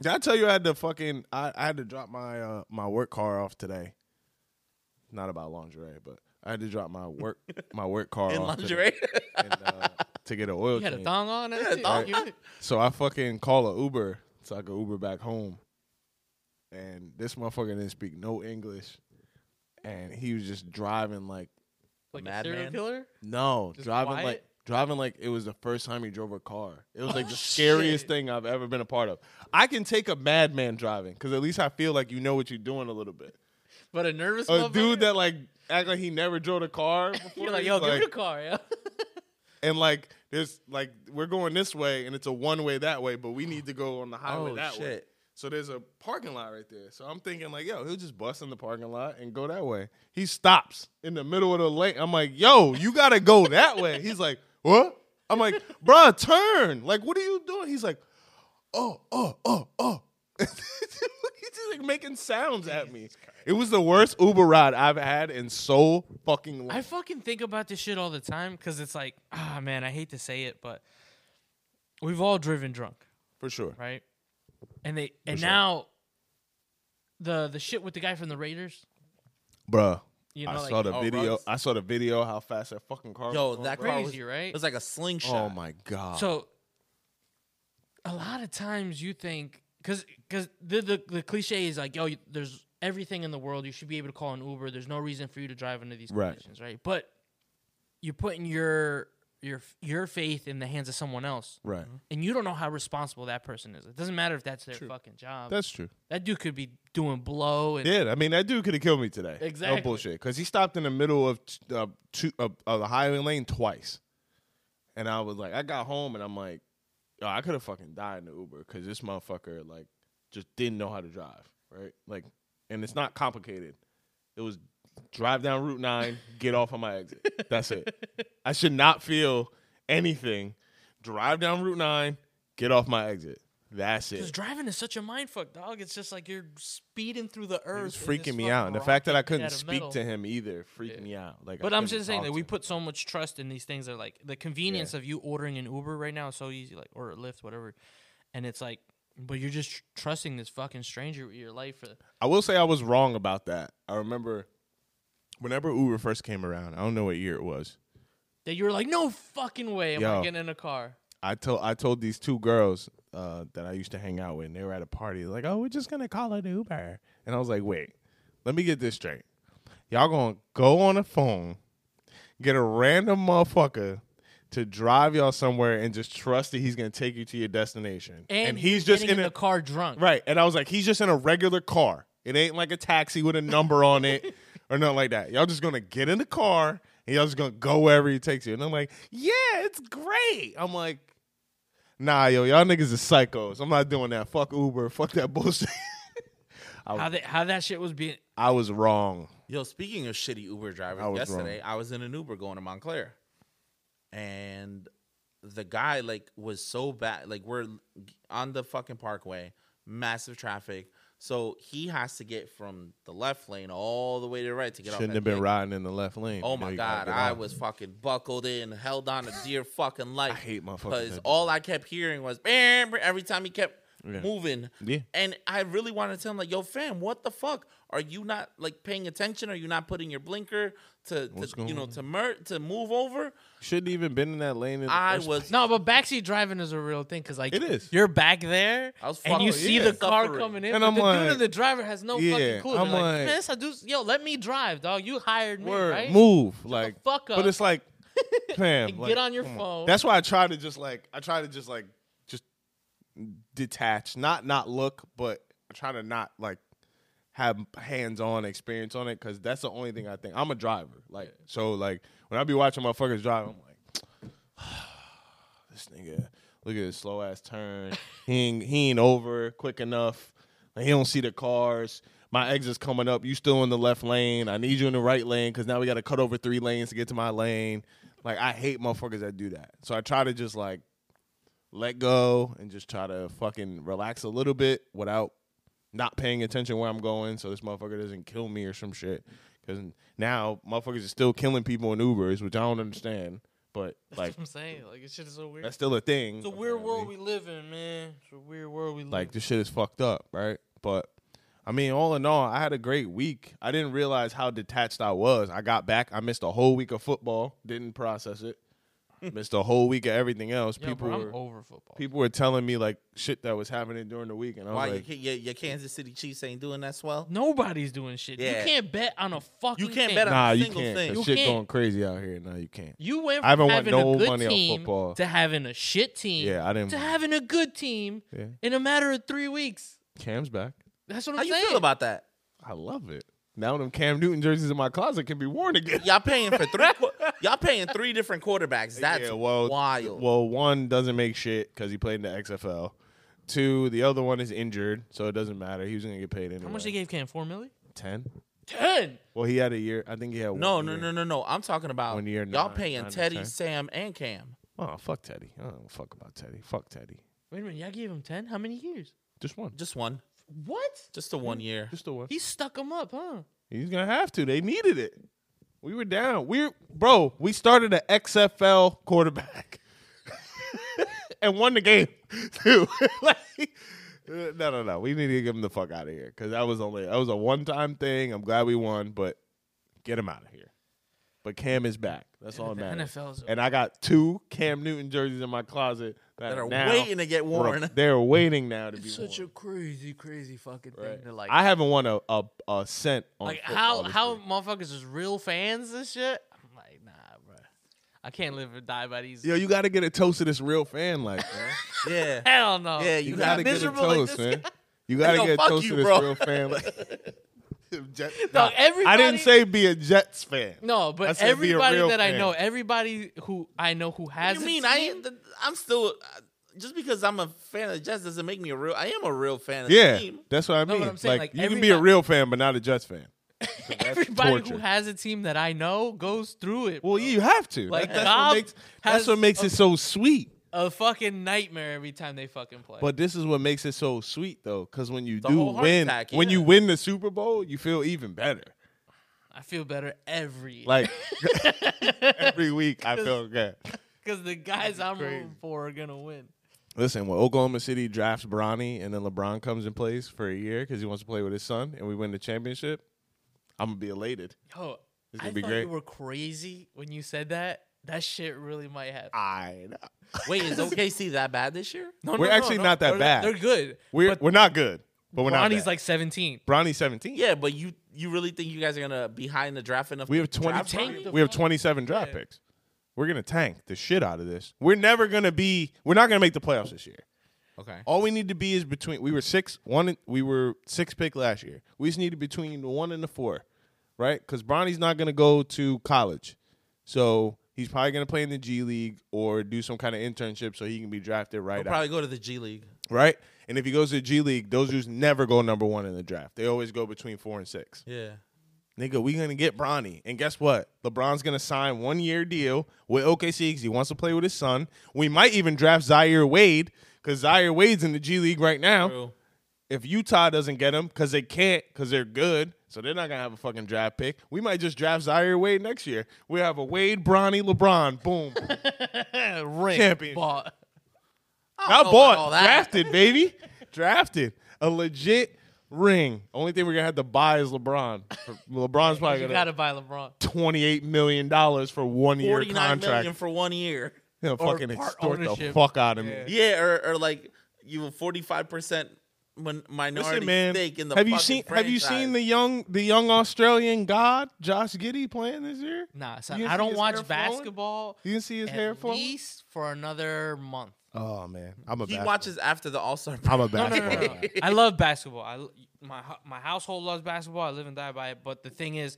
Did I tell you I had to fucking I, I had to drop my uh, my work car off today. Not about lingerie, but I had to drop my work my work car
In
off today
lingerie?
and, uh, to get an oil
You had a
change.
thong on. That's it.
thong
You-
So I fucking call a Uber so I can Uber back home. And this motherfucker didn't speak no English. And he was just driving like
Like a
Mad
serial
man.
killer.
no,
Just
driving
quiet?
like driving like it was the first time he drove a car. It was like the scariest
Oh, shit.
thing I've ever been a part of. I can take a madman driving because at least I feel like you know what you're doing a little bit.
But a nervous
A dude
motherfucker?
that like act like he never drove a car before.
You're like,
he's
yo, give me the car, yo.
and like there's like we're going this way and it's a one way that way, but we need to go on the highway
Oh,
that way.
shit.
So there's a parking lot right there. So I'm thinking like, yo, he'll just bust in the parking lot and go that way. He stops in the middle of the lane. I'm like, yo, you gotta go that way. He's like, what? I'm like, bruh, turn. Like, what are you doing? He's like, oh, oh, oh, oh. He's just like making sounds at me. It was the worst Uber ride I've had in so fucking long.
I fucking think about this shit all the time because it's like, ah, man, I hate to say it, but we've all driven drunk,
for sure.
right? And they and
sure.
now the the shit with the guy from the Raiders,
Bruh.
you know,
I
like,
saw the
oh,
video.
rugs.
I saw the video how fast that fucking car.
Yo,
was going
that
by.
car
Crazy,
was,
right?
It was like a slingshot.
Oh my god.
So a lot of times you think because because the, the the cliche is like, yo, you- there's everything in the world. You should be able to call an Uber. There's no reason for you to drive under these
Right.
conditions, right? But you're putting your your your faith in the hands of someone else,
right.
and you don't know how responsible that person is. It doesn't matter if that's their
True.
fucking job.
That's true.
that dude could be doing blow and
Yeah, I mean that dude could have killed me today.
Exactly.
No bullshit. Because he stopped in the middle of t- uh, two of of the highway lane twice, and I was like, I got home and I'm like, yo, I could have fucking died in the Uber because this motherfucker like just didn't know how to drive, right? Like, and it's not complicated. It was drive down Route Nine, get off on my exit. That's it. I should not feel anything. Drive down Route Nine, get off my exit. That's it.
Because driving is such a mindfuck, dog. It's just like you're speeding through the
It
earth.
was
in this
freaking me
fucking
out. And the
rock
fact that I
made out
couldn't
of
speak
metal.
to him either freaked me out. Like,
But
I
I'm
couldn't
just saying
talk
that we
to him.
put so much trust in these things that are like the convenience of you ordering an Uber right now is so easy, like or a Lyft, whatever. And it's like, but you're just tr- trusting this fucking stranger with your life. uh, For the,
I will say I was wrong about that. I remember whenever Uber first came around. I don't know what year it was.
that you were like, no fucking way, am I
Yo.
getting in a car?
I told I told these two girls uh, that I used to hang out with, and they were at a party. Like, oh, we're just gonna call an Uber. And I was like, wait, let me get this straight. Y'all gonna go on a phone, get a random motherfucker to drive y'all somewhere, and just trust that he's gonna take you to your destination.
And,
he's just
getting
in
in
a
the car drunk.
Right. And I was like, he's just in a regular car. It ain't like a taxi with a number on it or nothing like that. Y'all just gonna get in the car and y'all just gonna go wherever he takes you. And I'm like, yeah, it's great. I'm like, nah, yo, y'all niggas is psychos. I'm not doing that. Fuck Uber. Fuck that bullshit.
How that how that shit was being.
I was wrong.
Yo, speaking of shitty Uber drivers,
I was
yesterday I was in an Uber going to Montclair, and the guy like was so bad. Like we're on the fucking parkway, massive traffic. So he has to get from the left lane all the way to the right to get off.
Shouldn't
that
have been
dick.
riding in the left lane.
Oh
You know
my
you gotta get
god, I
off.
was fucking buckled in, held on to dear fucking life.
I hate my fucking
because
head.
all I kept hearing was bam, bam," every time he kept
Yeah.
moving.
Yeah.
and I really wanted to tell him like, yo, fam, what the fuck? Are you not like paying attention? Are you not putting your blinker to,
What's
to
going
you know
on?
to mer- to move over?
Shouldn't even been in that lane. In the
I
first
was
No, but backseat driving is a real thing because like
It is.
You're back there,
I was
and you
fucking-
see
yeah.
the car
Suffering.
coming in,
And
but
I'm
the dude
like-
and the driver has no fucking
Yeah,
clue. They're
I'm
like,
like-
man, this I do. Yo, let me drive, dog. You hired me,
Word,
right?
move like
fuck up.
But it's like, fam,
Get
like,
on your
come
phone.
That's why I try to just like I try to just like just detach, not not look, but I try to not like have hands-on experience on it because that's the only thing I think. I'm a driver, like so like when I be watching motherfuckers drive, I'm like, this nigga, look at his slow ass turn. he ain't, he ain't over quick enough. Like, he don't see the cars. My exit's coming up. You still in the left lane. I need you in the right lane because now we got to cut over three lanes to get to my lane. Like I hate motherfuckers that do that. So I try to just like let go and just try to fucking relax a little bit without not paying attention where I'm going, so this motherfucker doesn't kill me or some shit. Because now motherfuckers are still killing people in Ubers, which I don't understand. But like,
That's what I'm saying. Like, this shit is so weird.
that's still a thing.
It's a weird world
apparently
we live in, man. It's a weird world we live
like this shit is fucked up, right? But I mean, all in all, I had a great week. I didn't realize how detached I was. I got back. I missed a whole week of football. Didn't process it. missed a whole week of everything else.
Yo,
people
bro,
were
I'm over football.
people were telling me like shit that was happening during the week, and I was
Why
like,
your, your, your Kansas City Chiefs ain't doing that swell?
Nobody's doing shit.
Yeah.
You can't bet on a fucking
You can't
thing.
bet on-
Nah,
a
you
single
can't.
thing.
'cause
You
shit
can't.
going crazy out here. Nah, you can't.
You went from
I haven't won
having
no
a good
money on
team
football.
to having a shit team
Yeah, I didn't
to
win.
having a good team
Yeah.
in a matter of three weeks.
Cam's back.
That's what
How
I'm
you
saying.
feel about that?
I love it. Now them Cam Newton jerseys in my closet can be worn again.
Y'all paying for three. qu- y'all paying three different quarterbacks. That's wild.
Well, one doesn't make shit because he played in the XFL. Two, the other one is injured, so it doesn't matter. He was gonna get paid anyway.
How much they gave Cam? Four million?
Ten.
Ten.
Well, he had a year. I think he had one
no,
year.
no, no, no, no. I'm talking about
One year,
y'all
nine-
paying
nine to
Teddy,
ten.
Sam, and Cam.
Oh, fuck Teddy. I don't give a fuck about Teddy. Fuck Teddy.
Wait a minute, y'all gave him ten? How many years?
Just one.
Just one.
What?
Just the one year.
Mm. Just the one.
He stuck him up, huh?
He's gonna have to. They needed it. We were down. We're bro. We started an XFL quarterback and won the game too. like, uh, no, no, no. We need to get him the fuck out of here because that was only that was a one time thing. I'm glad we won, but get him out of here. But Cam is back. That's all that
The
matters.
NFL is
And I got two Cam Newton jerseys in my closet that,
That are
now-
waiting to get worn.
They're waiting now to be
such
worn.
a crazy, crazy fucking
Right.
thing to like.
I haven't won a a, a cent on
like
football
how
this
how
year.
motherfuckers is real fans and shit. I'm like, nah, bro. I can't live or die by these.
Yo, you got to get a toast to this real fan life, man.
Yeah.
Hell no.
Yeah, you
You
got
got to
to
get a
miserable like
toast,
this
man. You got to
Yo,
get
fuck
a toast
you,
to this
bro.
real fan life. Jet-
No,
I
everybody.
didn't say be a Jets fan.
No,
I
but
said be a
everybody
real
that I
fan.
know, everybody who I know who
What
has.
do you mean? I ain't, th- I'm still uh, just because I'm a fan of the Jets doesn't make me a real. I am a real fan of
Yeah,
the team.
that's what I
No,
mean.
but I'm saying,
like,
like,
you can be a
everybody-
real fan, but not a Jets fan. So that's
everybody
torture.
who has a team that I know goes through it.
well, yeah, you have to.
Like,
that's,
Goff
what makes,
has
that's what makes
a-
it so sweet.
a fucking nightmare every time they fucking play.
But this is what makes it so sweet, though, because when you
The
do
whole heart
win,
attack,
when
yeah.
you win the Super Bowl, you feel even better.
I feel better every year.
Like every week, I feel good.
because the guys I'm rooting for are gonna win.
Listen, when Oklahoma City drafts Bronny and then LeBron comes and plays for a year because he wants to play with his son and we win the championship, I'm going to be elated.
Yo,
It's
I
gonna be
thought
great.
you were crazy when you said that. That shit really might happen.
I know.
Wait, is OKC that bad this year?
Oh, No,
We're actually not that
They're-
bad.
They're good.
We're,
but
we're not good, but we're not.
Bronny's
bad.
like 17.
Bronny's 17.
Yeah, but you you really think you guys are gonna be high in the draft enough?
We
to
have 20,
draft
tank
Bronny?
the
we have
fuck-
27 draft
yeah.
picks. We're going to tank the shit out of this. We're never going to be, we're not going to make the playoffs this year.
Okay.
All we need to be is between, we were six, one, we were six pick last year. We just need to be between the one and the four, right? Because Bronny's not going to go to college. So he's probably going to play in the G League or do some kind of internship so he can be drafted right
We'll
out
probably go to the G League.
right? And if he goes to the G League, those dudes never go number one in the draft. They always go between four and six.
Yeah.
Nigga, we gonna get Bronny, and guess what? LeBron's gonna sign one year deal with OKC because he wants to play with his son. We might even draft Zaire Wade because Zaire Wade's in the G League right now.
True.
If Utah doesn't get him because they can't because they're good, so they're not gonna have a fucking draft pick. We might just draft Zaire Wade next year. We have a Wade, Bronny, LeBron, boom,
Ring.
Championship.
Bought.
Not
know
bought,
about all that.
drafted, baby, drafted. A legit ring. Only thing we're gonna have to buy is LeBron. LeBron's probably
You
gonna
gotta buy LeBron.
twenty-eight million dollars for one year
Forty nine million
contract.
for one year.
He'll
or
fucking
part
extort the
ownership.
fuck out of me.
Yeah, or, or like you forty five percent minority
Listen, man.
stake in the.
have you
fucking
seen? Have you
franchise.
seen the young, the young Australian god Josh Giddy playing this year?
Nah, son,
You
I
see
don't
his hair
watch
flowing?
basketball
You didn't see his hair
at
flowing?
least for another month.
Oh man, I'm a.
He
basketball-
watches after the All Star.
I'm a
No, no,
basketball.
no, no, no.
guy.
I love basketball. I l- my hu- my household loves basketball. I live and die by it. But the thing is,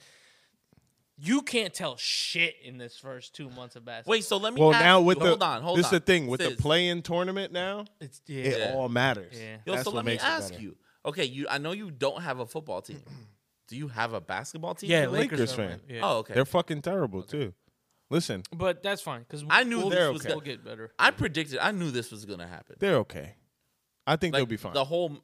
you can't tell shit in this first two months of basketball.
Wait, so let me.
Well,
ask
now
you-
with the
hold on, hold
this
on.
is the thing with
Sis.
the play-in tournament now.
it's yeah.
It
Yeah.
all matters.
Yeah.
Yo,
That's
so
what
let me
makes it
ask
better.
you. Okay, you. I know you don't have a football team. Do you have a basketball team?
Yeah,
Philly?
Lakers
are
fan.
win- Yeah.
Oh, okay.
They're fucking terrible too. Listen,
But that's fine because
I knew
we'll,
this
we'll,
was
we'll
gonna-
get better.
I predicted. I knew this was gonna happen.
they're okay. I think
Like,
they'll be fine.
The whole,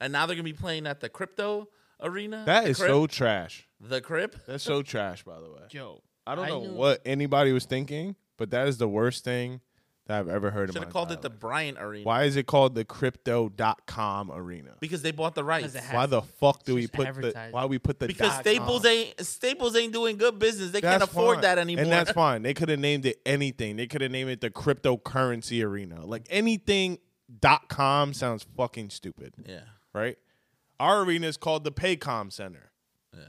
and now they're gonna be playing at the crypto arena.
that
the
is
crib,
so trash.
The crib.
That's so trash, by the way.
Yo,
I don't know
knew-
what anybody was thinking, but that is the worst thing that I've ever heard
Should
about.
have called it the Bryant Arena.
Why is it called the crypto.com arena?
Because they bought the rights.
'Cause it
Why the fuck do we
just
put the
advertising.
why we put the
Because
dot
Staples
com?
ain't Staples ain't doing good business. They can't
That's
afford
fine.
that anymore.
And that's fine. They could have named it anything. They could have named it the cryptocurrency arena. Like anything dot com sounds fucking stupid.
yeah.
Right? Our arena is called the Paycom Center.
Yeah.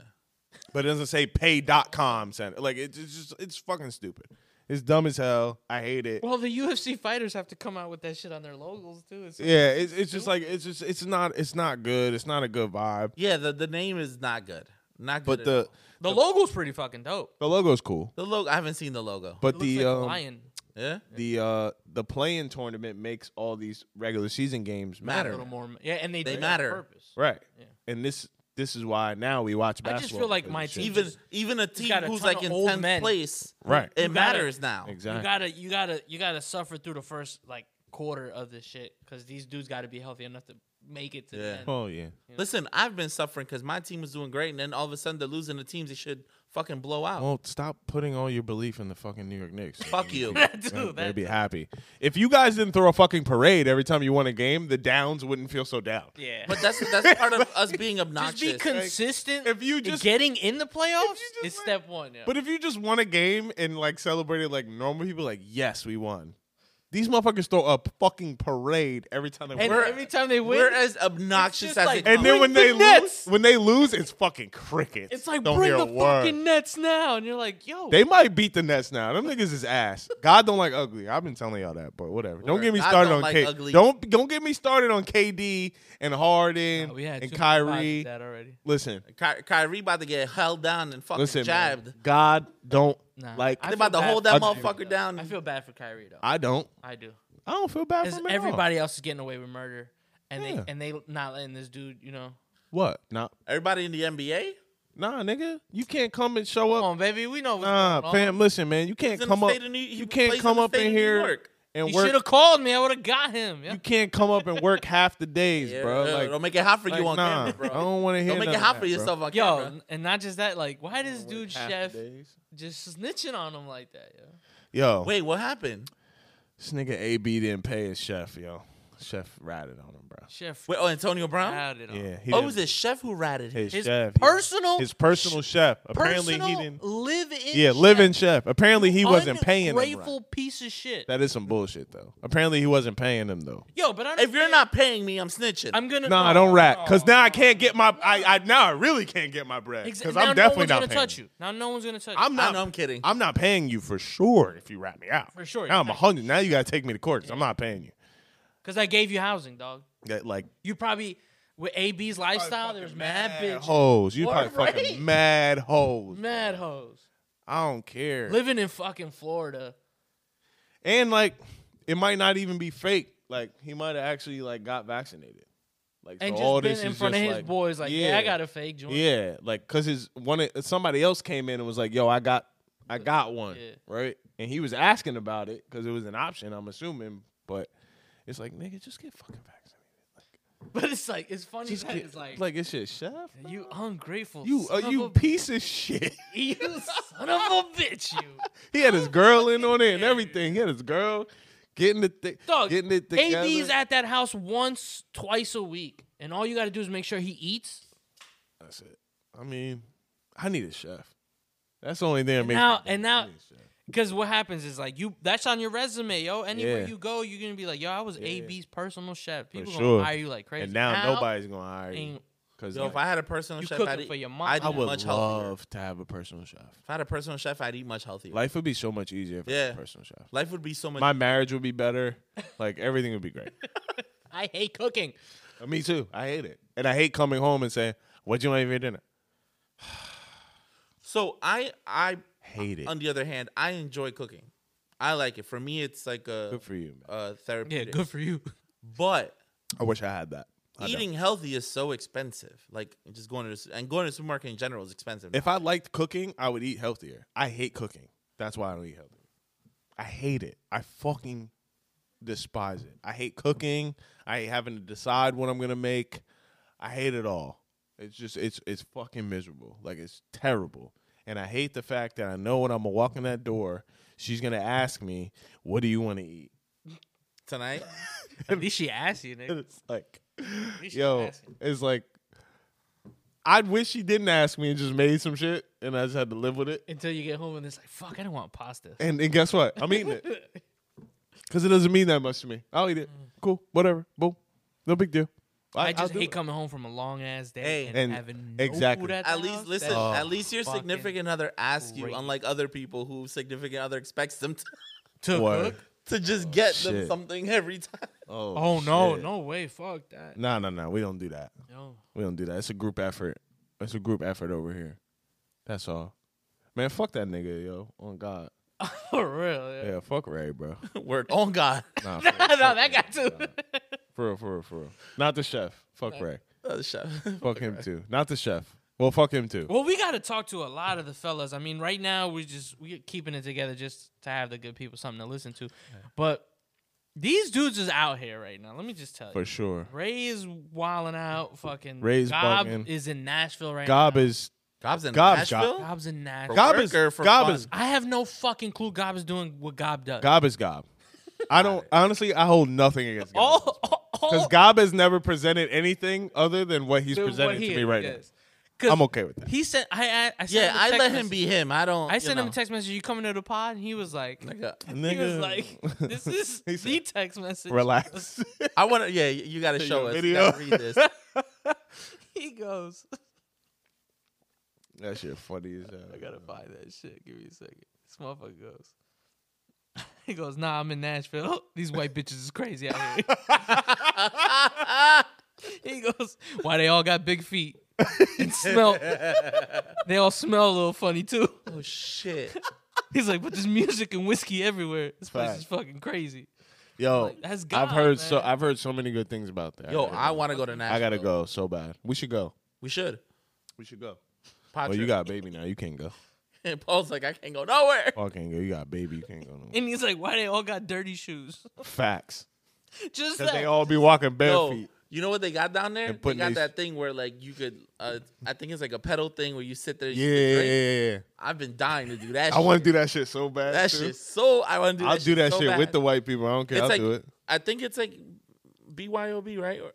But it doesn't say pay.com center. Like it's it's just it's fucking stupid. It's dumb as hell. I hate it.
well, the UFC fighters have to come out with that shit on their logos too. It's
Yeah, it's it's just like it's just it's not it's not good. It's not a good vibe.
Yeah, the, the name is not good. Not good.
But
at
the
all.
the logo's pretty fucking dope.
the logo's cool.
the logo I haven't seen the logo.
But
It looks
the
like a
um,
lion.
yeah.
the uh the playing tournament makes all these regular season games
A
matter.
Matter.
little more, yeah, and they
They
do it on
matter.
Purpose.
Right.
Yeah.
And this this is why now we watch
I
basketball.
just feel like
because
my
of shit.
team-
Even
just-
even a
you
team
got a
who's
ton
like
of
in
old
tenth
men.
place,
Right.
It
You gotta-
matters now.
Exactly.
You gotta, you gotta, you gotta suffer through the first like quarter of this shit because these dudes got to be healthy enough to make it to
Yeah.
the end.
oh yeah.
Listen, I've been suffering because my team was doing great, and then all of a sudden they're losing the teams they should fucking blow out.
Well, Oh, stop putting all your belief in the fucking New York Knicks.
Fuck you.
Dude,
They'd
that-
be happy. If you guys didn't throw a fucking parade every time you won a game, the downs wouldn't feel so down.
yeah.
But that's that's part of us being
just
obnoxious.
be consistent.
if you
in
just-
getting in the playoffs
if you just
is
like-
step one. Yeah.
But if you just won a game and like celebrated like normal people, like yes, we won. These motherfuckers throw a fucking parade every time they
and
win.
every time they win,
We're as obnoxious
just
as
like-
it
And then
Bring
when
the
they
Nets.
lose, when they lose, it's fucking crickets.
it's like
don't
bring
hear
the
a word.
fucking Nets now, and you're like, yo,
They might beat the Nets now. Them niggas is ass. God don't like ugly. I've been telling y'all that, but whatever. Don't
Word.
get me
God
started
don't
on
like
K.
ugly.
Don't don't get me started on KD and Harden
Oh, we had
and
too many vibes with
Kyrie.
That already.
Listen,
Ky- Kyrie about to get held down and fucking
listen, man.
jabbed.
God don't
Nah.
like.
I
They
I,
about
feel bad
to hold
for
that
Kyrie,
motherfucker
though.
down.
I feel bad for Kyrie though.
don't.
I do.
I don't feel bad for
As
him at all.
everybody else is getting away with murder, and
Yeah.
they and they not letting this dude, you know.
What? Nah,
Everybody in the NBA
nah, nigga. You can't come and show
Come
up.
on, baby, we know. What's
Nah,
going on.
fam. Listen, man. You can't
He's in
come
the
up.
state of New- he
You can't
plays in
come
the
up
state
in
of New
here
York.
and
You should
work.
have called me. I would have got him. Yeah.
You can't come up and work half the days,
Yeah,
bro.
yeah,
Like,
don't make it hot for you
like,
on
nah,
camera, bro.
I don't want to hear.
Don't make it
none of
hot for
that, bro.
yourself on
Yo,
camera.
n- and not just that. Like, why this dude
half the
chef
days.
just snitching on him like that? Yeah.
Yo,
Wait, what happened?
this nigga AB didn't pay his chef, yo. Chef ratted on him, bro.
Chef.
Wait, oh Antonio Brown.
ratted on him.
Yeah, he
Oh, it
didn't-
was his chef who ratted him.
his,
His
chef,
personal.
his personal chef. Apparently,
personal
he didn't.
live in.
Yeah, living chef. Apparently, he wasn't paying him.
Grateful
right.
piece of shit.
That is some bullshit, though. Apparently, he wasn't paying him though.
Yo, but I
If you're not paying me, I'm snitching.
I'm gonna.
Nah, don't rat, cause now I can't get my. I, I now I really can't get my bread,
Exa-
cause
now
I'm definitely
no
not
one's
paying.
gonna touch you. Now no one's gonna touch you.
I'm
I
not.
know, I'm kidding.
I'm not paying you for sure if you rat me out.
For sure,
Now I'm a
yeah.
hundred. Now you gotta take me to court. i I'm not paying you.
Because I gave you housing, dog.
That like
You probably with AB's lifestyle. There's mad bitch,
hoes. You
Word,
probably fucking
right?
mad hoes.
mad hoes
I don't care.
living in fucking Florida.
And like, it might not even be fake. Like he might have actually like got vaccinated. Like
and
so
just
all
been
this
in
is
front of
just
his
like-
boys like, yeah. I got a fake joint.
Yeah, like cause his one of- somebody else came in and was like, "Yo, I got, I got one,"
Yeah.
right? And he was asking about it because it was an option. I'm assuming, but it's like, nigga, just get fucking vaccinated.
But it's like it's funny
Just
that
get
it's like,
like it's your chef.
you ungrateful.
You
son
are
of
you
a-
piece of shit.
you son of a bitch. You
He had his girl in on it and everything. He had his girl getting the thing,
dog.
getting it together.
AB's at that house once, twice a week, and all you got to do is make sure he eats.
That's it. I mean, I need a chef. That's the only thing that makes.
now-
me think
and now-
I need a chef.
Because what happens is like you that's on your resume, yo. Anywhere
Yeah.
you go, you're gonna be like, yo, I was AB's personal chef. People
sure.
gonna hire you like crazy.
and now, nobody's gonna hire you
ain't-
because
Yo, if I had a personal
You
chef,
cooking
I'd eat,
for your mom.
I'd
I
eat
would
much
love
healthier.
to have a personal chef.
If I had a personal chef, I'd eat much healthier. Life,
Life would be so much easier if I had
Yeah.
a personal chef.
would be so much.
My marriage would be better. Like everything would be great.
I hate cooking.
Uh, me too. I hate it, and I hate coming home and saying, "What'd you have for dinner?"
so I, I,
Hate it.
on the other hand, I enjoy cooking. I like it. For me, it's like a
Good for you, man.
uh,
Yeah,
therapeutic.
good for you.
But
I wish I had that. I don't.
eating healthy is so expensive. Like just going to the, and going to the supermarket in general is expensive.
If I liked cooking, I would eat healthier. I hate cooking. That's why I don't eat healthy. I hate it. I fucking despise it. I hate cooking. I hate having to decide what I'm gonna make. I hate it all. It's just it's it's fucking miserable. Like it's terrible. And I hate the fact that I know when I'm walking that door, she's gonna ask me, "What do you want to eat?"
tonight.
At least she asked you,
And
nigga.
it's like,
least she
yo,
asked him.
it's like, I'd wish she didn't ask me and just made some shit, and I just had to live with it.
Until you get home and it's like, fuck, I don't want pasta.
And, and guess what? I'm eating it because it doesn't mean that much to me. I'll eat it. Cool, whatever. Boom, no big deal.
Mm. I
I'll
just
do
hate
it.
coming home from a long ass day
Hey,
and,
and
having no
exactly.
food at the
At least
house.
listen.
That's-
at least your
fucking
significant other asks you,
great.
unlike other people who significant other expects them to,
to
Word.
cook?
to just get them
Oh, shit.
something every time.
Oh no,
shit.
no way, fuck that.
No, no, no. We don't do that.
No.
We don't do that. It's a group effort. It's a group effort over here. That's all. Man, fuck that nigga, yo. On God.
For real. Yeah.
Yeah, fuck Ray, bro.
Word on God,
Nah, for, real,
no, that guy too.
for real, for real, for real. Not the chef. Fuck Ray.
Uh, chef.
Fuck him too. Not the chef. Well, fuck him too.
well, we got to talk to a lot of the fellas. I mean, right now we just we keeping it together just to have the good people something to listen to. But these dudes is out here right now. Let me just tell you.
For sure.
Ray is wilding out. Fucking
Ray's
Gob
bugging.
is in Nashville right
Gob
now.
is
Gob's in
Gob's
Nashville.
Gob's in Nashville.
Gob
work
is
or for
Gob
fun?
is
I have no fucking clue Gob is doing what Gob does.
Gob is Gob. I don't honestly I hold nothing against Gob.
all, all,
Because Gob has never presented anything other than what he's
to what
presenting
he
to me
is,
right
yes. 'Cause
now. I'm okay with that.
He sent I I, I sent
Yeah,
him a
I
text
let him
message.
be him. I don't.
I
you
sent him
know. uh,
a text message. You coming to the pod? And he was like,
Nigga.
he was
Nigga.
like, this is the text message.
Relax.
I want to. Yeah, you got to
Take
show
your
us.
video.
Video. Read this.
He goes,
that shit funny as hell.
I gotta find that shit. Give me a second. This motherfucker goes. He goes, nah, I'm in Nashville. These white bitches is crazy out here.
Ah!
he goes, why they all got big feet and smell? they all smell a little funny too.
Oh shit.
He's like, but there's music and whiskey everywhere. This place is
Fact.
fucking crazy.
Yo,
Like, that's God,
I've heard so
man.
I've heard so many good things about that.
Yo,
gotta
I
go.
want to go to Nashville.
I gotta go so bad. We should go.
We should.
We should go.
Pod
Well, you
trip.
got a baby now. You can't go.
And Paul's like, I can't go nowhere.
Paul can't go. You got a baby. You can't go. No more.
And he's like, why they all got dirty shoes?
Facts.
Just
Cause
that.
they all be walking bare
Yo,
feet.
you know what they got down there?
And
They
putting
got
these-
that thing where like you could. Uh, I think it's like a pedal thing where you sit there.
Yeah,
You yeah,
yeah, yeah, yeah.
I've been dying to do that.
I want to do that shit so bad.
That
too.
shit so. I want to do.
I'll
that
do that
so
shit with
bad.
the white people. I don't care.
It's
I'll
like
do it.
I think it's like BYOB, right? Or,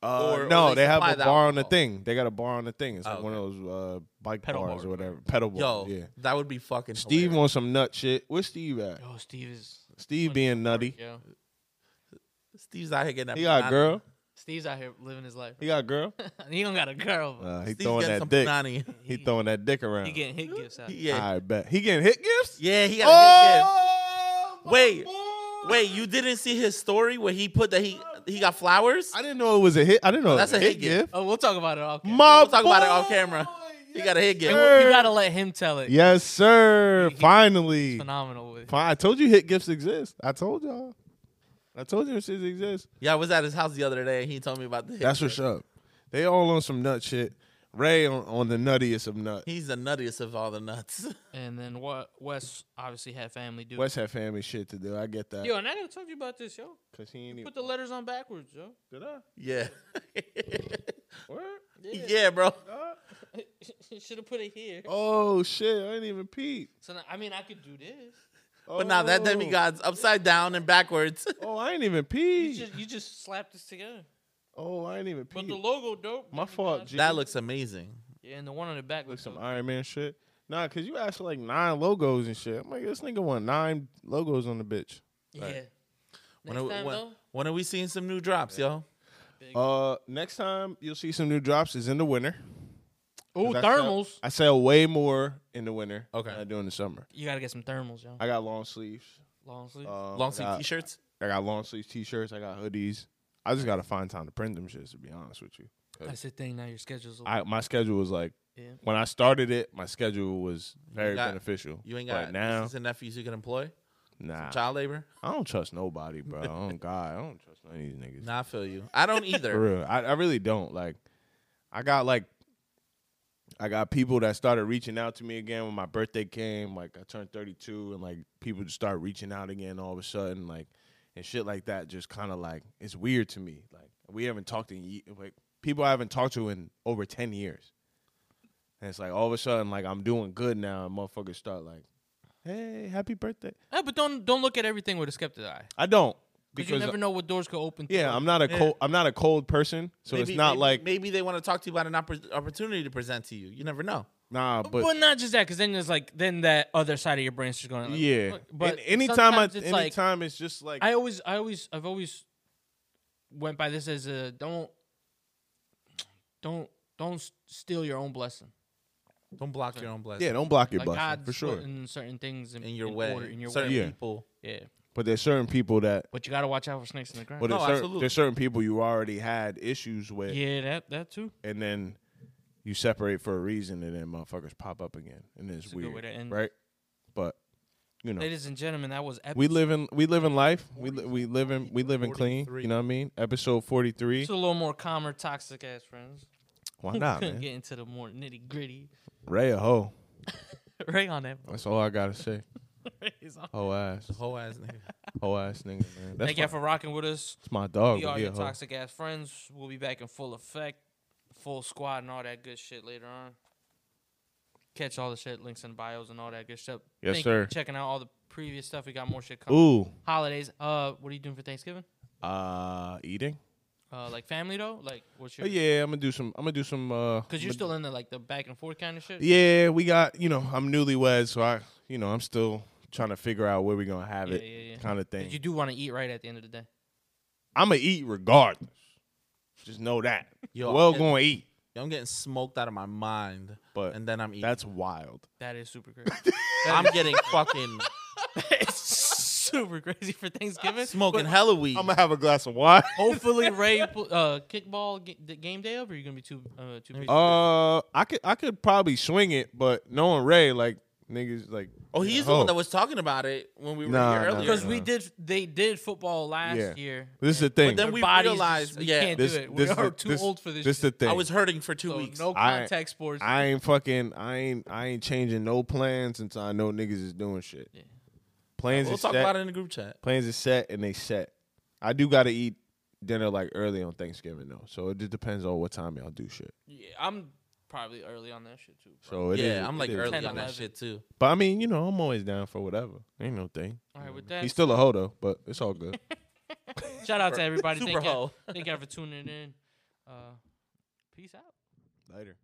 Uh,
or- or
no,
they
they have
supply
a
the
bar on the
alcohol.
thing. They got a bar on the thing. It's like
Oh,
one of those uh, bike
Pedal
bars
bar.
or whatever. Pedal
yo,
bars. Yeah.
that would be fucking.
Steve
hilarious.
wants some nut shit. Where's Steve at?
Yo, Steve is.
Steve being nutty.
Yo.
Steve's out here getting. that
He got a
banana.
girl.
Steve's out here living his life.
He got a girl.
he don't got a girl. but
Uh, he
Steve's
throwing
getting
that
some
dick.
panani.
He throwing that dick around.
He getting hit gifts out.
Yeah,
I bet he getting hit gifts.
yeah, he got a hit gift.
Oh, my
Wait.
boy.
Wait, you didn't see his story where he put that he he got flowers?
I didn't know it was a hit. I didn't know
That's
that's
a
a
hit
hit
gift.
gift.
Oh, we'll talk about it off. camera.
My
We'll talk about it
boy.
off camera. He got a hit gift.
And
You
we'll-
gotta let him tell it.
Yes, sir.
He- he-
Finally,
Phenomenal with it.
Fine. I told you hit gifts exist. I told y'all. I told you shit exists.
Yeah, I was at his house the other day and he told me about the hit
That's
gift.
what's up. They all on some nut shit. Ray on, on the nuttiest of nuts.
He's the nuttiest of all the nuts.
And then what? Wes obviously had family do.
Wes had family shit to do. I get that.
Yo, and I done told you about this, yo.
Cause he ain't even.
Put the letters on backwards, yo.
Did I?
yeah.
What?
yeah, bro.
Should have put it here.
Oh shit! I ain't even peep.
So now, I mean, I could do this.
Oh.
But now that demigod's upside down and backwards.
Oh, I ain't even
You
peep.
just you just slap this together.
Oh, I ain't even
But the
peep.
logo dope.
My fault. G.
that looks amazing.
Yeah, and the one on the back
like
looks
some
dope.
Iron Man shit. Nah, cause you asked for like nine logos and shit. I'm like, this nigga want nine logos on the bitch.
Yeah.
When
Next
are,
time,
when,
though,
when are we seeing some new drops, yo?
Uh, next time you'll see some new drops is in the winter.
Oh,
'Cause I sell-
thermals.
I sell way more in the winter.
Okay.
than I do in the summer.
You gotta get some thermals, yo.
I got long sleeves.
Long sleeve.
Um,
Long
I
sleeve
got-
t-shirts?
I got long sleeves t-shirts. I got hoodies. I just gotta find time to print them shits. To be honest with you,
That's the thing. Now your schedule's. A
I my schedule was like
Yeah.
when I started it. My schedule was very
got-
beneficial.
You ain't
But
got
now.
nieces and nephews you can employ?
nah,
Child labor?
I don't trust nobody, bro. I don't God, I don't trust none of these niggas.
Nah, I feel you. I don't
For
either.
real. I, I really don't. Like, I got like I got people that started reaching out to me again when my birthday came. Like I turned 32, and like people just start reaching out again all of a sudden, like and shit like that. Just kind of like it's weird to me. Like we haven't talked in ye- like people I haven't talked to in over 10 years, and it's like all of a sudden like I'm doing good now, and motherfuckers start like, "Hey, happy birthday."
Eh, but don't don't look at everything with a skeptic eye
I don't
because you never know what doors could open.
uh, yeah,
to.
I'm not a cold I'm not a cold person, so it's not
maybe,
like
maybe they want to talk to you about an oppor- opportunity to present to you. You never know.
nah,
But, not just that, because then there's like then that other side of your brain's just going. Like,
Yeah,
"Look," But
And anytime I,
sometimes it's like
anytime it's just like
I always, I always, I've always went by this as a don't, don't, don't s- steal your own blessing.
Don't block your own blessing.
yeah, don't block your
Like
blessing
God's
for sure.
putting certain things in,
in your
in
way.
order, in your
Certain
way.
Yeah.
people.
Yeah,
But there's certain people that,
but you got to watch out for snakes in the grass.
but there's,
No,
certain,
absolutely.
there's certain people you already had issues with,
yeah, that that too.
and then you separate for a reason, and then motherfuckers pop up again, and it's
a good
weird,
way to end.
right? But you know,
Ladies and gentlemen, that was epic.
we live in we live in life. We li- we live in we live in clean. You
43.
know what I mean? Episode forty three.
It's a little more calmer, toxic ass friends.
Why not,
Couldn't
man?
get into the more nitty gritty.
Ray a hoe.
Right on that.
That's all I gotta say.
Raise on.
Hoe ass,
Whole ass nigga.
hoe ass nigga, man. That's
Thank y'all
my,
for rocking with us.
that's my dog.
We
but
are
he a
your
hoe.
toxic ass friends. We'll be back in full effect, full squad, and all that good shit later on. Catch all the shit, links and bios, and all that good stuff.
Yes,
Thank you for
sir.
checking out all the previous stuff. We got more shit coming.
Ooh,
Holidays. Uh, what are you doing for Thanksgiving?
uh, eating.
Uh, like family though. Like what's your?
But Oh, yeah, I'm gonna do some. I'm gonna do some. uh
Cause you're
I'm
still in the like the back and forth kind of shit.
Yeah, we got you know I'm newlywed, so I you know I'm still trying to figure out where we're gonna have
Yeah,
it,
yeah, yeah.
kind of thing.
But you do want to eat right at the end of the day.
I'm gonna eat regardless. Just know that.
Yo,
well,
it-
gonna eat,
Yo, I'm getting smoked out of my mind.
but
and then I'm eating.
that's wild.
That is super crazy.
I'm getting fucking
it's super crazy for Thanksgiving.
smoking hella weed.
I'm gonna have a glass of wine.
Hopefully, Ray pu- uh, kickball ga- the game day up, or you gonna be too uh, too busy.
Uh, I could I could probably swing it, but knowing Ray, like niggas, like
oh, he's the
Oh.
one that was talking about it when we were
Nah,
here
nah,
earlier.
Because
Yeah.
we did, they did football last
Uh-huh. Yeah.
year.
this is the
and
thing.
But then
our
we
bodies
realized,
just- we
yeah,
can't
this,
do it. We
this is
are
the-
too
this-
old for this.
This is the
shit.
thing.
I was hurting for two
So
weeks.
No
I-
contact sports.
I ain't fucking. I ain't. I ain't changing no plans until I know niggas is doing shit.
Yeah.
Plans
we'll
is
talk
set.
about it in the group chat.
plans is set and they set. I do gotta eat dinner like early on Thanksgiving though, so it just depends on what time y'all do shit.
yeah, I'm probably early on that shit too. bro.
So it
yeah,
is-
I'm
it
like
is.
early
10,
on that
11.
shit too.
But I mean, you know, I'm always down for whatever. Ain't no thing.
All right, with that,
He's still a hoe though, but it's all good.
shout out to everybody.
Super
thank y'all,
hoe.
thank y'all for tuning in. Uh, peace out.
Later.